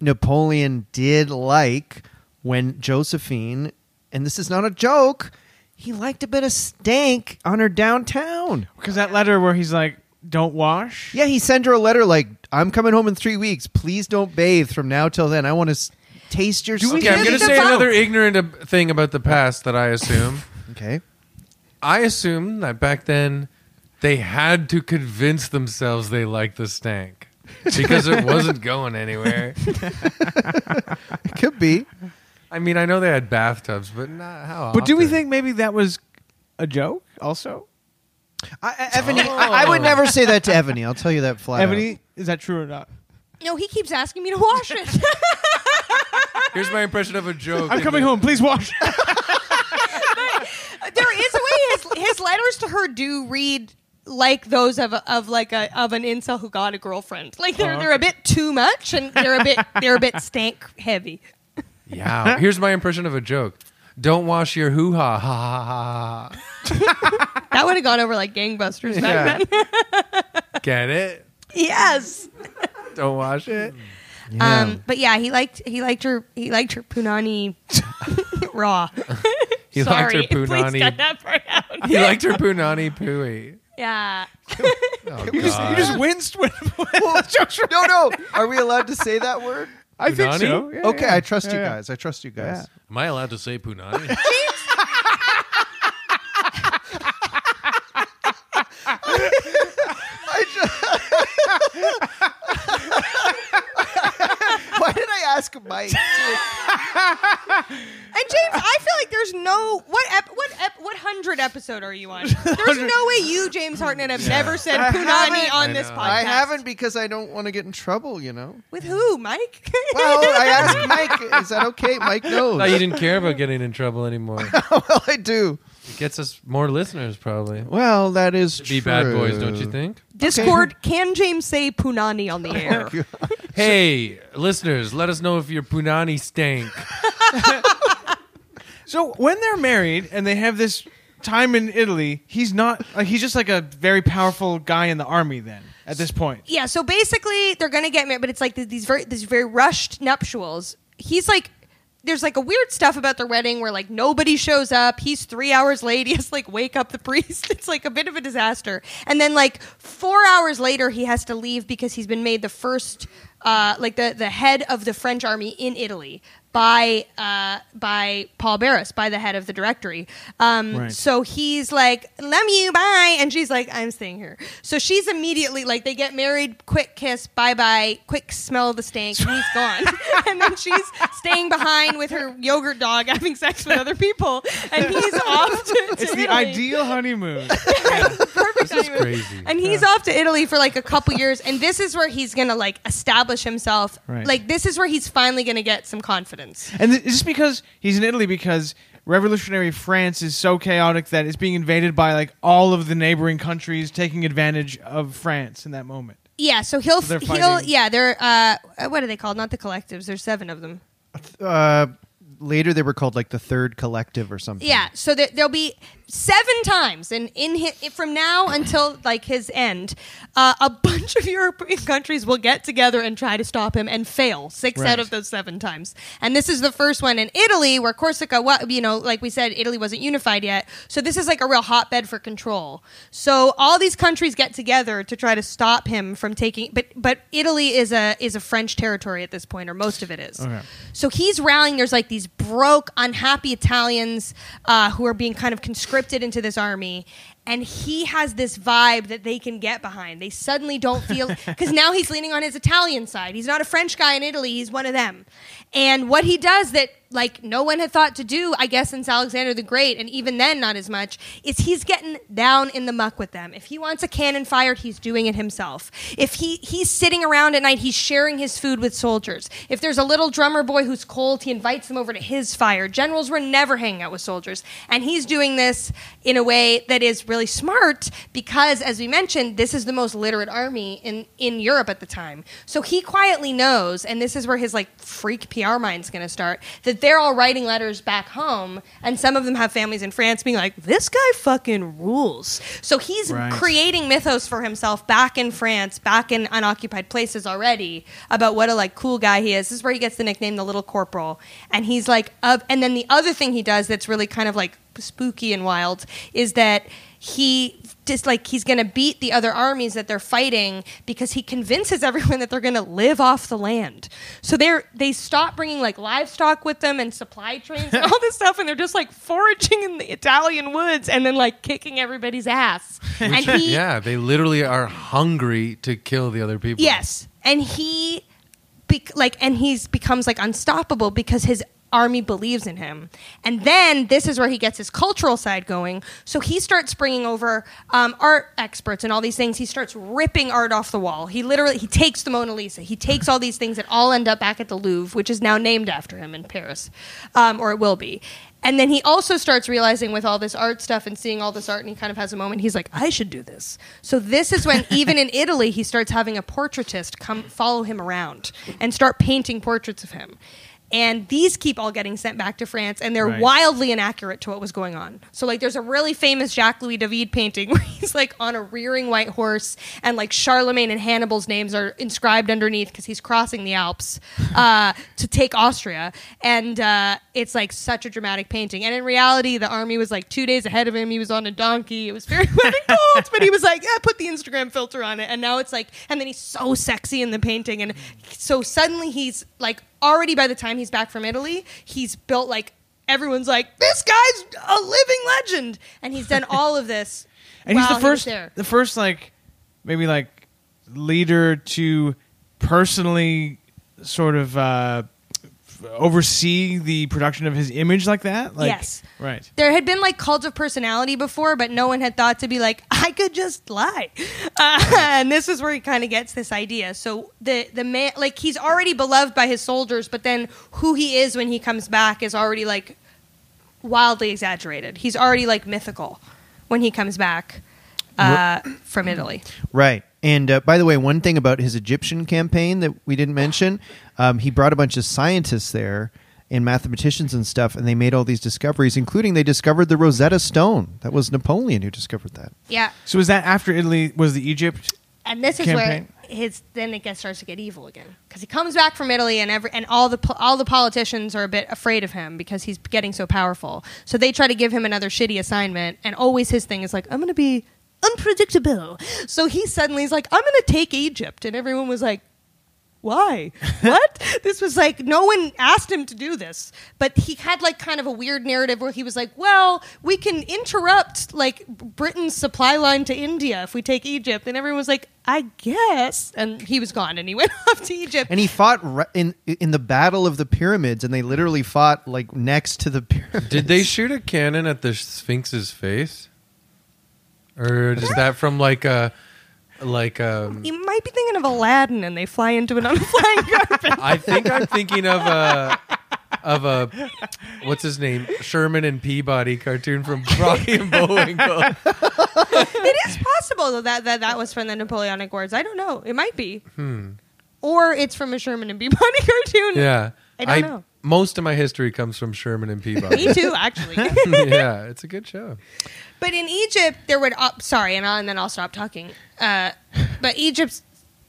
Napoleon did like when Josephine, and this is not a joke, he liked a bit of stank on her downtown. because that letter where he's like don't wash Yeah, he sent her a letter like, I'm coming home in three weeks. Please don't bathe from now till then. I want to s- taste your Okay, skin." I'm going to say another ignorant ab- thing about the past that I assume. Okay. I assume that back then they had to convince themselves they liked the stank because it wasn't going anywhere. It could be. I mean, I know they had bathtubs, but not how but do we often? think maybe that was a joke also I, I- Ebony, I, I would never say that to Ebony. I'll tell you that flat out. ebony is that true or not no, he keeps asking me to wash it. Here's my impression of a joke. i'm coming home please wash there is a way his, his letters to her do read like those of a, of like a of an incel who got a girlfriend. Like Oh, they're they're a bit too much and they're a bit they're a bit stank heavy. Yeah. Here's my impression of a joke. Don't wash your hoo ha ha ha ha ha. That would have gone over like gangbusters back Yeah. then. Get it? yes. Don't wash it. Um but yeah, he liked he liked her he liked her punani raw. He Sorry, liked her Please cut punani. that part out. He liked her punani pooey. Yeah. Oh, you God. just winced when no, no. Are we allowed to say that word? I think Punani? so. Yeah, Okay, yeah. I trust you Yeah, yeah. guys. I trust you guys. Am I allowed to say punani? Why did I ask Mike? to- And James, I feel like there's no what ep, what ep, what hundred episode are you on? There's no way you, James Hartnett, have never said I punani haven't. on I this podcast. know. I haven't because I don't want to get in trouble, you know? With who, Mike? Well, uh, I asked Mike, is that okay? Mike knows. thought you didn't care about getting in trouble anymore. well, I do. It gets us more listeners, probably. Well, that is Be bad boys, don't you think? Discord. Can James say punani on the air? Hey, listeners, let us know if your punani stank. So when they're married and they have this time in Italy, he's not like he's just like a very powerful guy in the army. Then at this point, yeah. So basically, they're gonna get married, but it's like th- these very these very rushed nuptials. He's like. There's like a weird stuff about their wedding where like nobody shows up. He's three hours late. He has to like wake up the priest. It's like a bit of a disaster. And then like four hours later, he has to leave because he's been made the first, uh, like the the head of the French army in Italy by uh, by Paul Barris, by the head of the Directory. Um, Right. So he's like, "Love you, bye," and she's like, "I'm staying here." So she's immediately like, they get married, quick kiss, bye bye, quick smell of the stank, and he's gone, and then she's staying behind with her yogurt dog having sex with other people, and he's off to, to it's the Italy. ideal honeymoon. Perfect timing. crazy. And he's off to Italy for like a couple years, and this is where he's gonna like establish himself. Right. Like this is where he's finally gonna get some confidence. and th- is this because he's in Italy because revolutionary France is so chaotic that it's being invaded by like all of the neighboring countries taking advantage of France in that moment. Yeah, so he'll So they're he'll fighting- yeah they're uh what are they called? Not the collectives. There's seven of them. Uh, later they were called like the Third Collective or something. Yeah, so there, there'll be seven times, and in hi from now until like his end, uh, a bunch of European countries will get together and try to stop him and fail six Right. out of those seven times. And this is the first one in Italy, where Corsica, wa- you know, like we said, Italy wasn't unified yet, so this is like a real hotbed for control. So all these countries get together to try to stop him from taking, but but Italy is a is a French territory at this point, or most of it is. So he's rallying. There's like these broke, unhappy Italians uh, who are being kind of conscripted into this army. And he has this vibe that they can get behind. They suddenly don't feel, because now he's leaning on his Italian side. He's not a French guy in Italy, he's one of them. And what he does that, like, no one had thought to do, I guess, since Alexander the Great, and even then not as much, is he's getting down in the muck with them. If he wants a cannon fired, he's doing it himself. If he, he's sitting around at night, he's sharing his food with soldiers. If there's a little drummer boy who's cold, he invites them over to his fire. Generals were never hanging out with soldiers. And he's doing this in a way that is really smart because, as we mentioned, this is the most literate army in, in Europe at the time. So he quietly knows, and this is where his like freak PR mind's going to start, that they're all writing letters back home, and some of them have families in France being like, this guy fucking rules. So he's Right. creating mythos for himself back in France, back in unoccupied places already about what a like cool guy he is. This is where he gets the nickname the little corporal. And he's like up and then the other thing he does that's really kind of like spooky and wild is that he just like he's going to beat the other armies that they're fighting because he convinces everyone that they're going to live off the land. So they're they stop bringing like livestock with them and supply trains and all this stuff and they're just like foraging in the Italian woods and then like kicking everybody's ass. and he yeah, they literally are hungry to kill the other people. Yes, and he, bec- like, and he's becomes like unstoppable because his army believes in him. And then this is where he gets his cultural side going. So he starts bringing over um, art experts and all these things. He starts ripping art off the wall. He literally he takes the Mona Lisa. He takes all these things that all end up back at the Louvre, which is now named after him in Paris, um, or it will be. And then he also starts realizing with all this art stuff and seeing all this art, and he kind of has a moment. He's like, I should do this. So this is when, even in Italy, he starts having a portraitist come follow him around and start painting portraits of him. And these keep all getting sent back to France, and they're Right. wildly inaccurate to what was going on. So, like, there's a really famous Jacques Louis David painting where he's like on a rearing white horse, and like Charlemagne and Hannibal's names are inscribed underneath because he's crossing the Alps uh, to take Austria. And uh, it's like such a dramatic painting. And in reality, the army was like two days ahead of him. He was on a donkey. It was very wet and cold, but he was like, yeah, put the Instagram filter on it. And now it's like, and then he's so sexy in the painting. And so suddenly he's like, already by the time he's back from Italy, he's built like, everyone's like, this guy's a living legend. And he's done all of this. and while he's the he was first there. the first like maybe like leader to personally sort of uh oversee the production of his image like that like Yes. right There had been like cults of personality before, but no one had thought to be like, I could just lie. Uh, and this is where he kind of gets this idea. So the the man, like he's already beloved by his soldiers, but then who he is when he comes back is already like wildly exaggerated. He's already like mythical when he comes back uh, from Italy. Right. And uh, by the way, one thing about his Egyptian campaign that we didn't mention, um, he brought a bunch of scientists there and mathematicians and stuff, and they made all these discoveries, including they discovered the Rosetta Stone. That was Napoleon who discovered that. Yeah, so is that after italy was the egypt and this is Campaign. where his then it gets starts to get evil again because he comes back from Italy and every and all the po- all the politicians are a bit afraid of him because he's getting so powerful. So they try to give him another shitty assignment, and always his thing is like, I'm gonna be unpredictable. So he suddenly is like, I'm gonna take Egypt, and everyone was like. Why? What? this was like no one asked him to do this, but he had like kind of a weird narrative where he was like, "Well, we can interrupt like Britain's supply line to India if we take Egypt," and everyone was like, "I guess," and he was gone, and he went off to Egypt. And he fought ri- in in the Battle of the Pyramids, and they literally fought like next to the pyramid. Did they shoot a cannon at the Sphinx's face? Or is that from like a like um you might be thinking of Aladdin, and they fly into an unflying carpet. I think I'm thinking of a of a what's his name? Sherman and Peabody cartoon from Rocky and Bullwinkle. it is possible though, that that that was from the Napoleonic Wars. I don't know. It might be, or it's from a Sherman and Peabody cartoon. Yeah. I don't know. most of my history comes from Sherman and Peabody. Me too, actually. yeah, it's a good show. But in Egypt, there would oh, sorry, and, I'll, and then I'll stop talking. Uh, but Egypt's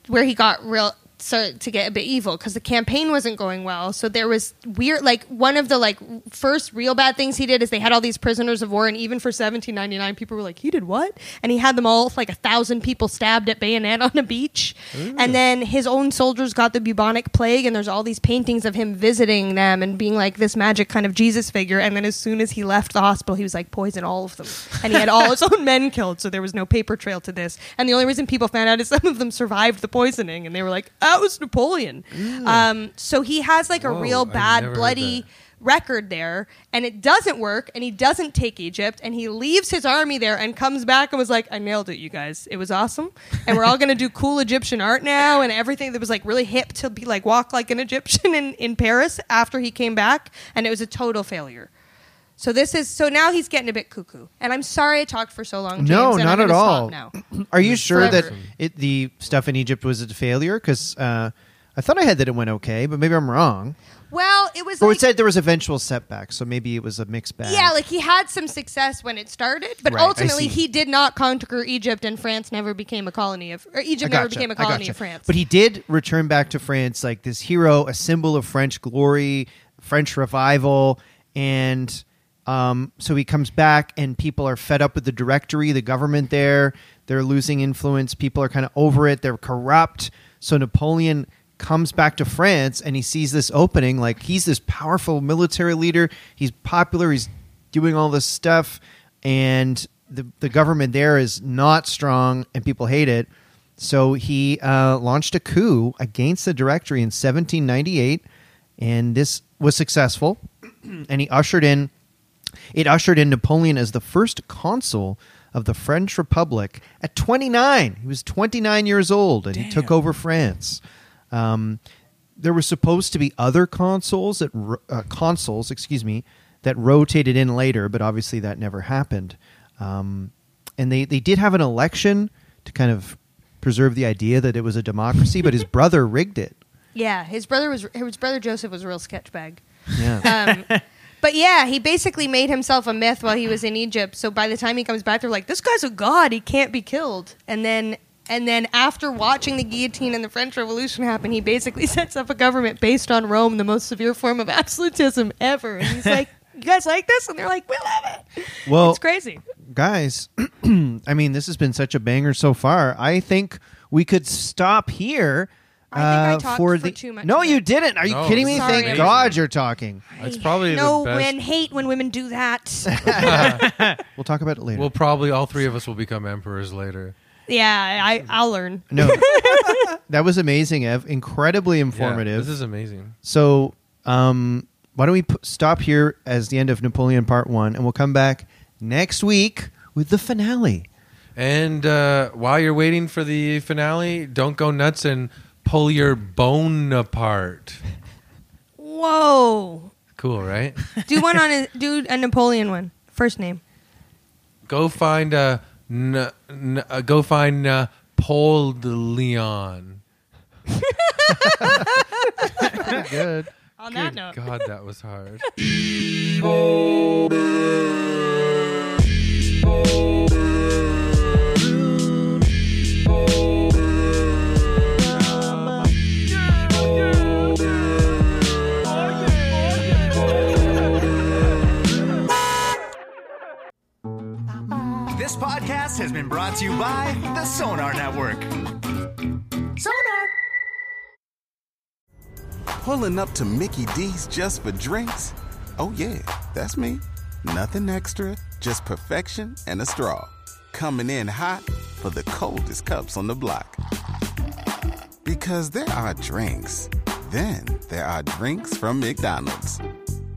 where he got real so to get a bit evil because the campaign wasn't going well. So there was weird, like one of the like first real bad things he did is they had all these prisoners of war, and even for 1799, people were like, "He did what?" And he had them all like a thousand people stabbed at bayonet on a beach, and then his own soldiers got the bubonic plague, and there's all these paintings of him visiting them and being like this magic kind of Jesus figure. And then as soon as he left the hospital, he was like, poison all of them. And he had all his own men killed, so there was no paper trail to this. And the only reason people found out is some of them survived the poisoning, and they were like, that was Napoleon. Um, so he has like a Mm. Whoa, real I've never bad, heard bloody that. record there, and it doesn't work, and he doesn't take Egypt, and he leaves his army there and comes back and was like, I nailed it, you guys. It was awesome. And we're all going to do cool Egyptian art now and everything that was like really hip to be like walk like an Egyptian in, in Paris after he came back, and it was a total failure. So this is so now he's getting a bit cuckoo, and I'm sorry I talked for so long. James, No, and I'm not at all. gonna stop Now, Are you sure that Forever. it, the stuff in Egypt was a failure? Because uh, I thought I had that it went okay, but maybe I'm wrong. well, it was. Or like, it said there was eventual setbacks, so maybe it was a mixed bag. Yeah, like he had some success when it started, but Right, I ultimately see. he did not conquer Egypt, and France never became a colony of, or I Egypt never gotcha, became a I colony gotcha. of France. But he did return back to France like this hero, a symbol of French glory, French revival, and um, so he comes back, and people are fed up with the directory, the government there. They're losing influence. People are kind of over it. They're corrupt. So Napoleon comes back to France, and he sees this opening. Like he's this powerful military leader. He's popular. He's doing all this stuff, and the the government there is not strong, and people hate it. So he uh, launched a coup against the Directory in 1798, and this was successful. and he ushered in it ushered in Napoleon as the first consul of the French Republic at 29. He was 29 years old, and he took over France. Um, there were supposed to be other consuls that ro- uh, consuls, excuse me, that rotated in later, but obviously that never happened. Um, and they they did have an election to kind of preserve the idea that it was a democracy, but his brother rigged it. yeah, his brother was his brother Joseph was a real sketchbag. Yeah, Um, But yeah, he basically made himself a myth while he was in Egypt. So by the time he comes back, they're like, "This guy's a god. He can't be killed." And then, and then after watching the guillotine and the French Revolution happen, he basically sets up a government based on Rome, the most severe form of absolutism ever. And he's like, "You guys like this?" And they're like, "We love it." Well- it's crazy. guys. I mean, this has been such a banger so far. I think we could stop here. I think I uh, talked for for the too much no, of you it. didn't. Are you No, kidding this me? is Sorry. Thank amazing. God you're talking. It's probably no the best. men hate when women do that. We'll talk about it later. We'll probably all three of us will become emperors later. yeah, I, I'll learn. no, that was amazing, Ev. Incredibly Yeah, informative. this is amazing. So, um, why don't we p- stop here as the end of Napoleon Part One, and we'll come back next week with the finale. And uh, while you're waiting for the finale, don't go nuts and pull your bone apart. Whoa, Cool, right? do one on a, do a Napoleon one. First name. go find uh, n- n- uh, go find uh, Paul de Leon. Good. On Good God, that was hard. This podcast has been brought to you by the Sonar Network. Sonar. Pulling up to Mickey D's just for drinks? Oh, yeah, that's me. Nothing extra, just perfection and a straw. Coming in hot for the coldest cups on the block. Because there are drinks, then there are drinks from McDonald's.